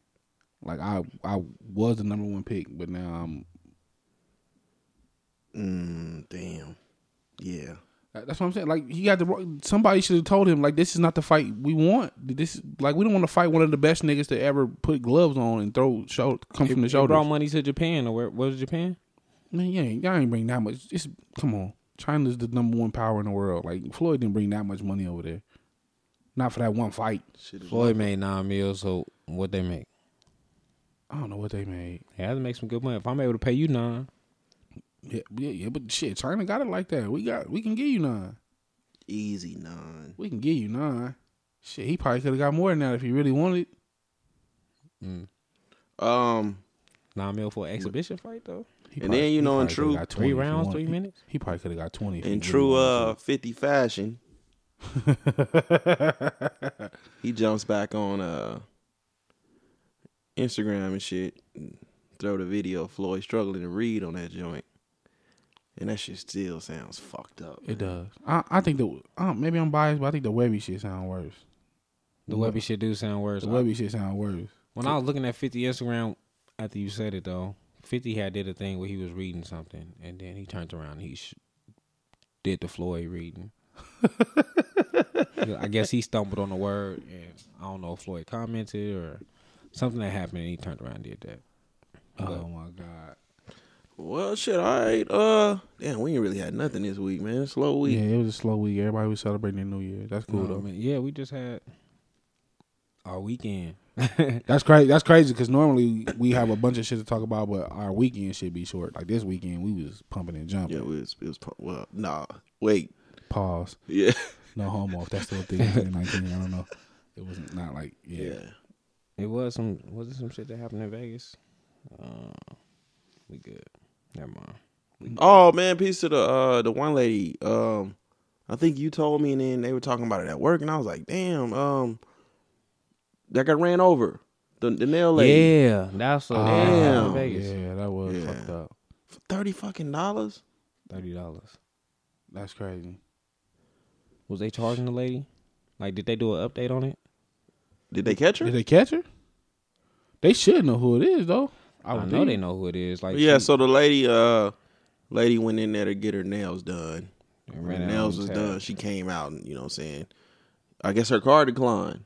like I I was the number one pick but now I'm mm, damn. Yeah. That's what I'm saying. Like he got the wrong- somebody should have told him like this is not the fight we want. This like we don't want to fight one of the best niggas to ever put gloves on and throw shoulder come from the It- it brought shoulder. money to Japan, or where was it Japan? Man, yeah, y'all ain't bring that much. It's come on, China's the number one power in the world. Like Floyd didn't bring that much money over there, not for that one fight. Floyd made nine mil. So what they make? I don't know what they made. They had to make some good money. If I'm able to pay you nine, Yeah, yeah, yeah. But shit, China got it like that. We got we can give you nine. Easy nine. We can give you nine. Shit, he probably could have got more than that if he really wanted. Um. nine mil for an exhibition fight though, He And then, you he know, in probably true- coulda got 20 three if he rounds, wanted. three He- minutes. He probably could have got twenty. if he In really true wanted uh fifty fashion, he jumps back on uh Instagram and shit. and Throw the video of Floyd struggling to read on that joint, and that shit still sounds fucked up. to. it does. I, I think the uh, maybe I'm biased, but I think the Webby shit sound worse. The Webby shit do sound worse. The I- Webby shit sound worse. When I was looking at 50 Instagram after you said it though, 50 had did a thing where he was reading something and then he turned around and he sh- did the Floyd reading. I guess he stumbled on a word and I don't know if Floyd commented or something that happened and he turned around and did that. Oh my god. Well, shit. All right. Uh, damn, we ain't really had nothing this week, man. Slow week. Yeah, it was a slow week. Everybody was celebrating their New Year. That's cool No, though. man, Um, yeah, we just had our weekend. That's crazy. That's crazy because normally we have a bunch of shit to talk about, but our weekend should be short. Like this weekend, we was pumping and jumping. Yeah, it was. It was. pu- Well, nah. Wait. Pause. Yeah. No homo. If that's still a thing in 2019, I don't know. It was not like yeah. Yeah. It was some was it some shit that happened in Vegas? Uh, we good. Never mind. Oh man, peace to the uh the one lady. Um I think you told me and then they were talking about it at work and I was like, damn, um that got ran over. The the nail lady. Yeah, that's a Damn. in Vegas. Ah, Yeah, that was Yeah. fucked up. For thirty fucking dollars? Thirty dollars. That's crazy. Was they charging the lady? Like, did they do an update on it? Did they catch her? Did they catch her? They should know who it is though. I, would know think. they know who it is. Like, yeah, she- so the lady uh lady went in there to get her nails done. they When ran the out nails on was the done, tab. she came out and you know what I'm saying I guess her car declined.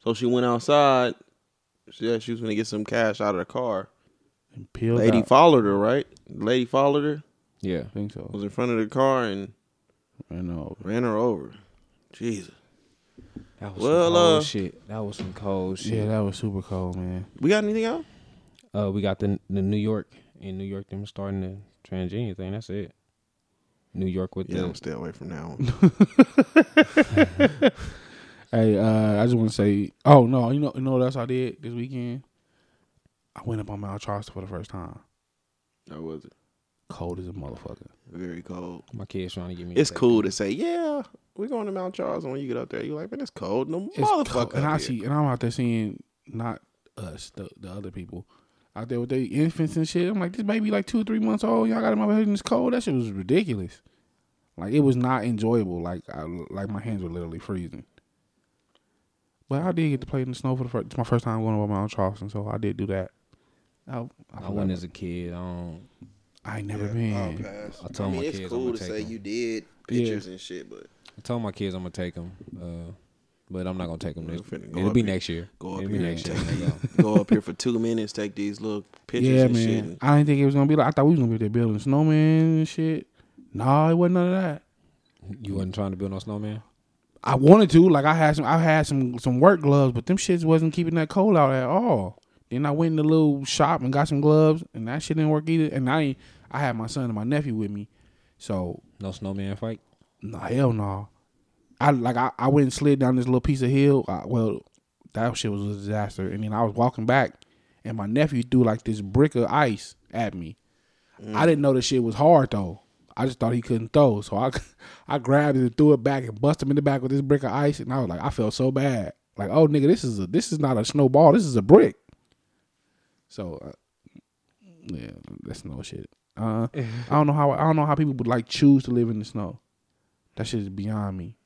So she went outside. She said she was gonna get some cash out of the car. And peeled Lady out. followed her, right? Lady followed her, Yeah, I think so. was in front of the car and I know. Ran her over. Jesus. that was Well, some cold uh, shit. That was some cold Yeah, shit. that was super cold, man. We got anything else? Uh, we got the the New York in New York. Them starting the transgender thing. That's it. New York with the stay away from now on. Hey, uh, I just want to say, oh no, you know, you know what else I did this weekend? I went up on Mount Charleston for the first time. How was it? Cold as a motherfucker. Very cold. my kids trying to get me. a It's second. cool to say, yeah, we're going to Mount Charles. And when you get up there, you're like, man, it's cold. No It's motherfucker. cold. up And I here." see, and I'm out there seeing not us, the, the other people out there with their infants and shit. I'm like, this baby like two or three months old. Y'all got him out here in this cold. That shit was ridiculous. Like it was not enjoyable. Like I, like my hands were literally freezing. But I did get to play in the snow for the first. It's my first time going over my own Charleston, so I did do that. I, I, I forgot. went as a kid. I don't. I ain't never been. I, I told mean, my it's kids I'm cool gonna to take say them. you did pictures and shit, but I told my kids I'm gonna take them, uh, but I'm not gonna take them. We're This, finna go it'll up be here- next year. go up it'll be here next year. and when I go. go up here for two minutes, take these little pictures Yeah, and man. shit. and- I didn't think it was gonna be like. I thought we was gonna be there building snowman and shit. Nah, it wasn't none of that. You wasn't trying to build no snowman. I wanted to. Like I had some. I had some some work gloves, but them shits wasn't keeping that cold out at all. Then I went in the little shop and got some gloves, and that shit didn't work either. And I ain't, I had my son and my nephew with me, so No snowman fight. Nah, hell no. I like I, I went and slid down this little piece of hill. I, well, that shit was a disaster. And then I was walking back, and my nephew threw like this brick of ice at me. I didn't know the shit was hard though. I just thought he couldn't throw, so I I grabbed it and threw it back and busted him in the back with this brick of ice. And I was like, I felt so bad. Like, oh nigga, this is a this is not a snowball. This is a brick. So, uh, yeah, that's no shit. Uh, I don't know how I don't know how people would like choose to live in the snow. That shit is beyond me.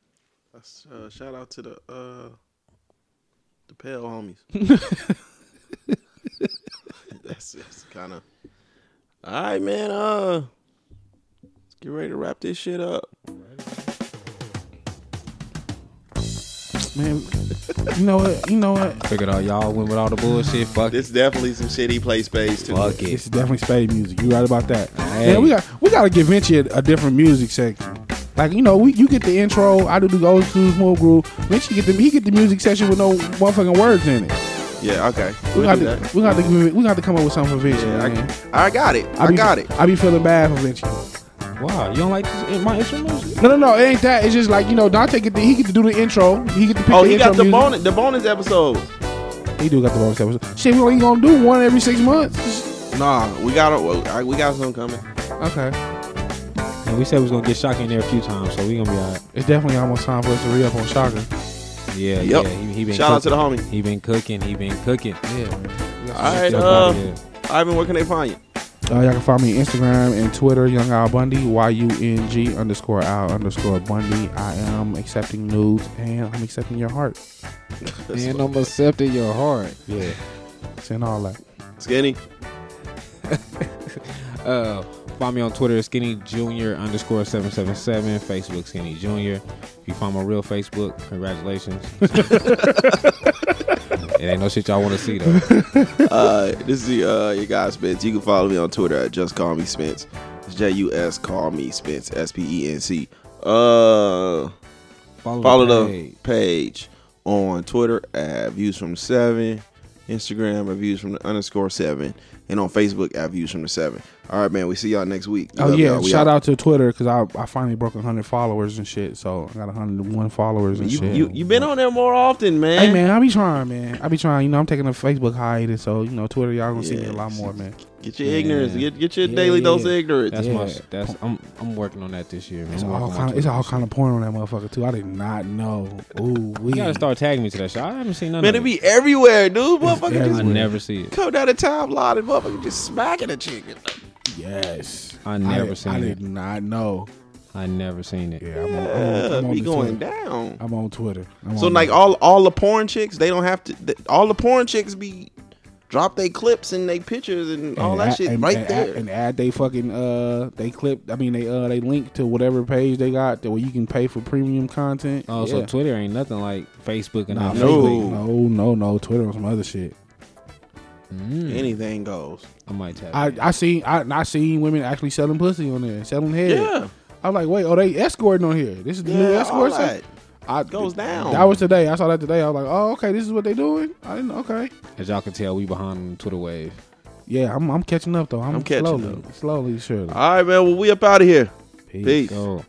That's, uh, shout out to the uh, the pale homies. that's that's kind of. All right, man. Uh, let's get ready to wrap this shit up. Man, you know what? You know what? Figured out y'all went with all the bullshit. Fuck it. This definitely some shit he plays space too. Fuck This it. is definitely spade music. You right about that. Hey. Man, we got we got to give Vinci a, a different music section. Like you know, we you get the intro. I do the old school small group. Vinci get the he get the music section with no motherfucking words in it. Yeah. Okay. We We'll got do to that. we got to give it- we got to come up with something for Vinci. Yeah, man. I, I got it. I, be, got it. I be feeling bad for Vinci. Wow, you don't like this, my instrument? No, no, no. It ain't that. It's just like you know, Dante get the, he get to do the intro. He get to pick Oh, the he intro got the music. bonus. The bonus episodes. He do got the bonus episode. Shit, we only gonna do one every six months. Nah, we got a, we got some coming. Okay. And we said we was gonna get Shock in there a few times, so we gonna be alright. It's definitely almost time for us to re up on Shocker. Yeah, Yep. yeah. He, he been Shout out to cooking. the homie. He been cooking. He been cooking. Yeah. All right, Fuck uh, outta here. Ivan, where can they find you? Uh, y'all can find me on Instagram and Twitter, Young Al Bundy, Y U N G underscore Al underscore Bundy. I am accepting nudes and I'm accepting your heart. and I'm accepting your heart. Yeah. Saying all that. Skinny. Uh, find me on Twitter, Skinny Junior underscore seven seven seven. Facebook, Skinny Junior. If you find my real Facebook, congratulations. it ain't no shit y'all want to see though. uh, this is the, uh, your guy Spence. You can follow me on Twitter at just call me Spence. It's J U S call me Spence S P E N C. Uh, Follow, follow the page. page on Twitter at views from the seven, Instagram at views from the underscore seven, and on Facebook at views from the seven. All right, man. We see y'all next week. Oh, Love yeah. y'all. We Shout out to Twitter because I, I finally broke 100 followers and shit. So I got 101 followers and You, shit. you you been on there more often, man. Hey man, I be trying, man. I be trying. You know, I'm taking a Facebook hiatus, so you know, Twitter, y'all gonna see me Yeah. a lot more, man. Get your ignorance. Yeah. Get get your Yeah, daily yeah. dose of ignorance. That's my. Yeah. That's I'm. I'm working on that this year. Man. It's I'm all working on kind. my Of, it's Twitter. all kind of porn on that motherfucker too. I did not know. Ooh, we You gotta start tagging me to that shit. I haven't seen none Man, of it be everywhere, dude. Motherfucker I just everywhere. never see it. come down the timeline and motherfucker just smacking a chick. Yes, I never did- seen I it. did not know. I never seen it. Yeah, I'm on, I'm on, Yeah, I'm on be the going Twitter. down. I'm on Twitter. I'm So on like there. all all the porn chicks, they don't have to. th- all the porn chicks be drop they clips and they pictures and, all And that add- shit and- right and there. add, and add they fucking uh they clip. I mean they uh they link to whatever page they got that where you can pay for premium content. Oh, so Yeah. Twitter ain't nothing like Facebook and Nah, all that. No. Facebook, no, no, no. Twitter on some other shit. Mm. Hmm. Anything goes. I might tap. I, in. I seen I, I seen women actually selling pussy on there, selling head. Yeah, I'm like, wait, oh they escorting on here. This is the new yeah. all escort that site. I goes down. That was today. I saw that today. I was like, oh okay, this is what they doing. I didn't okay. As y'all can tell, we behind the Twitter wave. Yeah, I'm I'm catching up though. I'm, I'm catching slowly, slowly, surely. all right, man. Well, we up out of here. Peace. Go.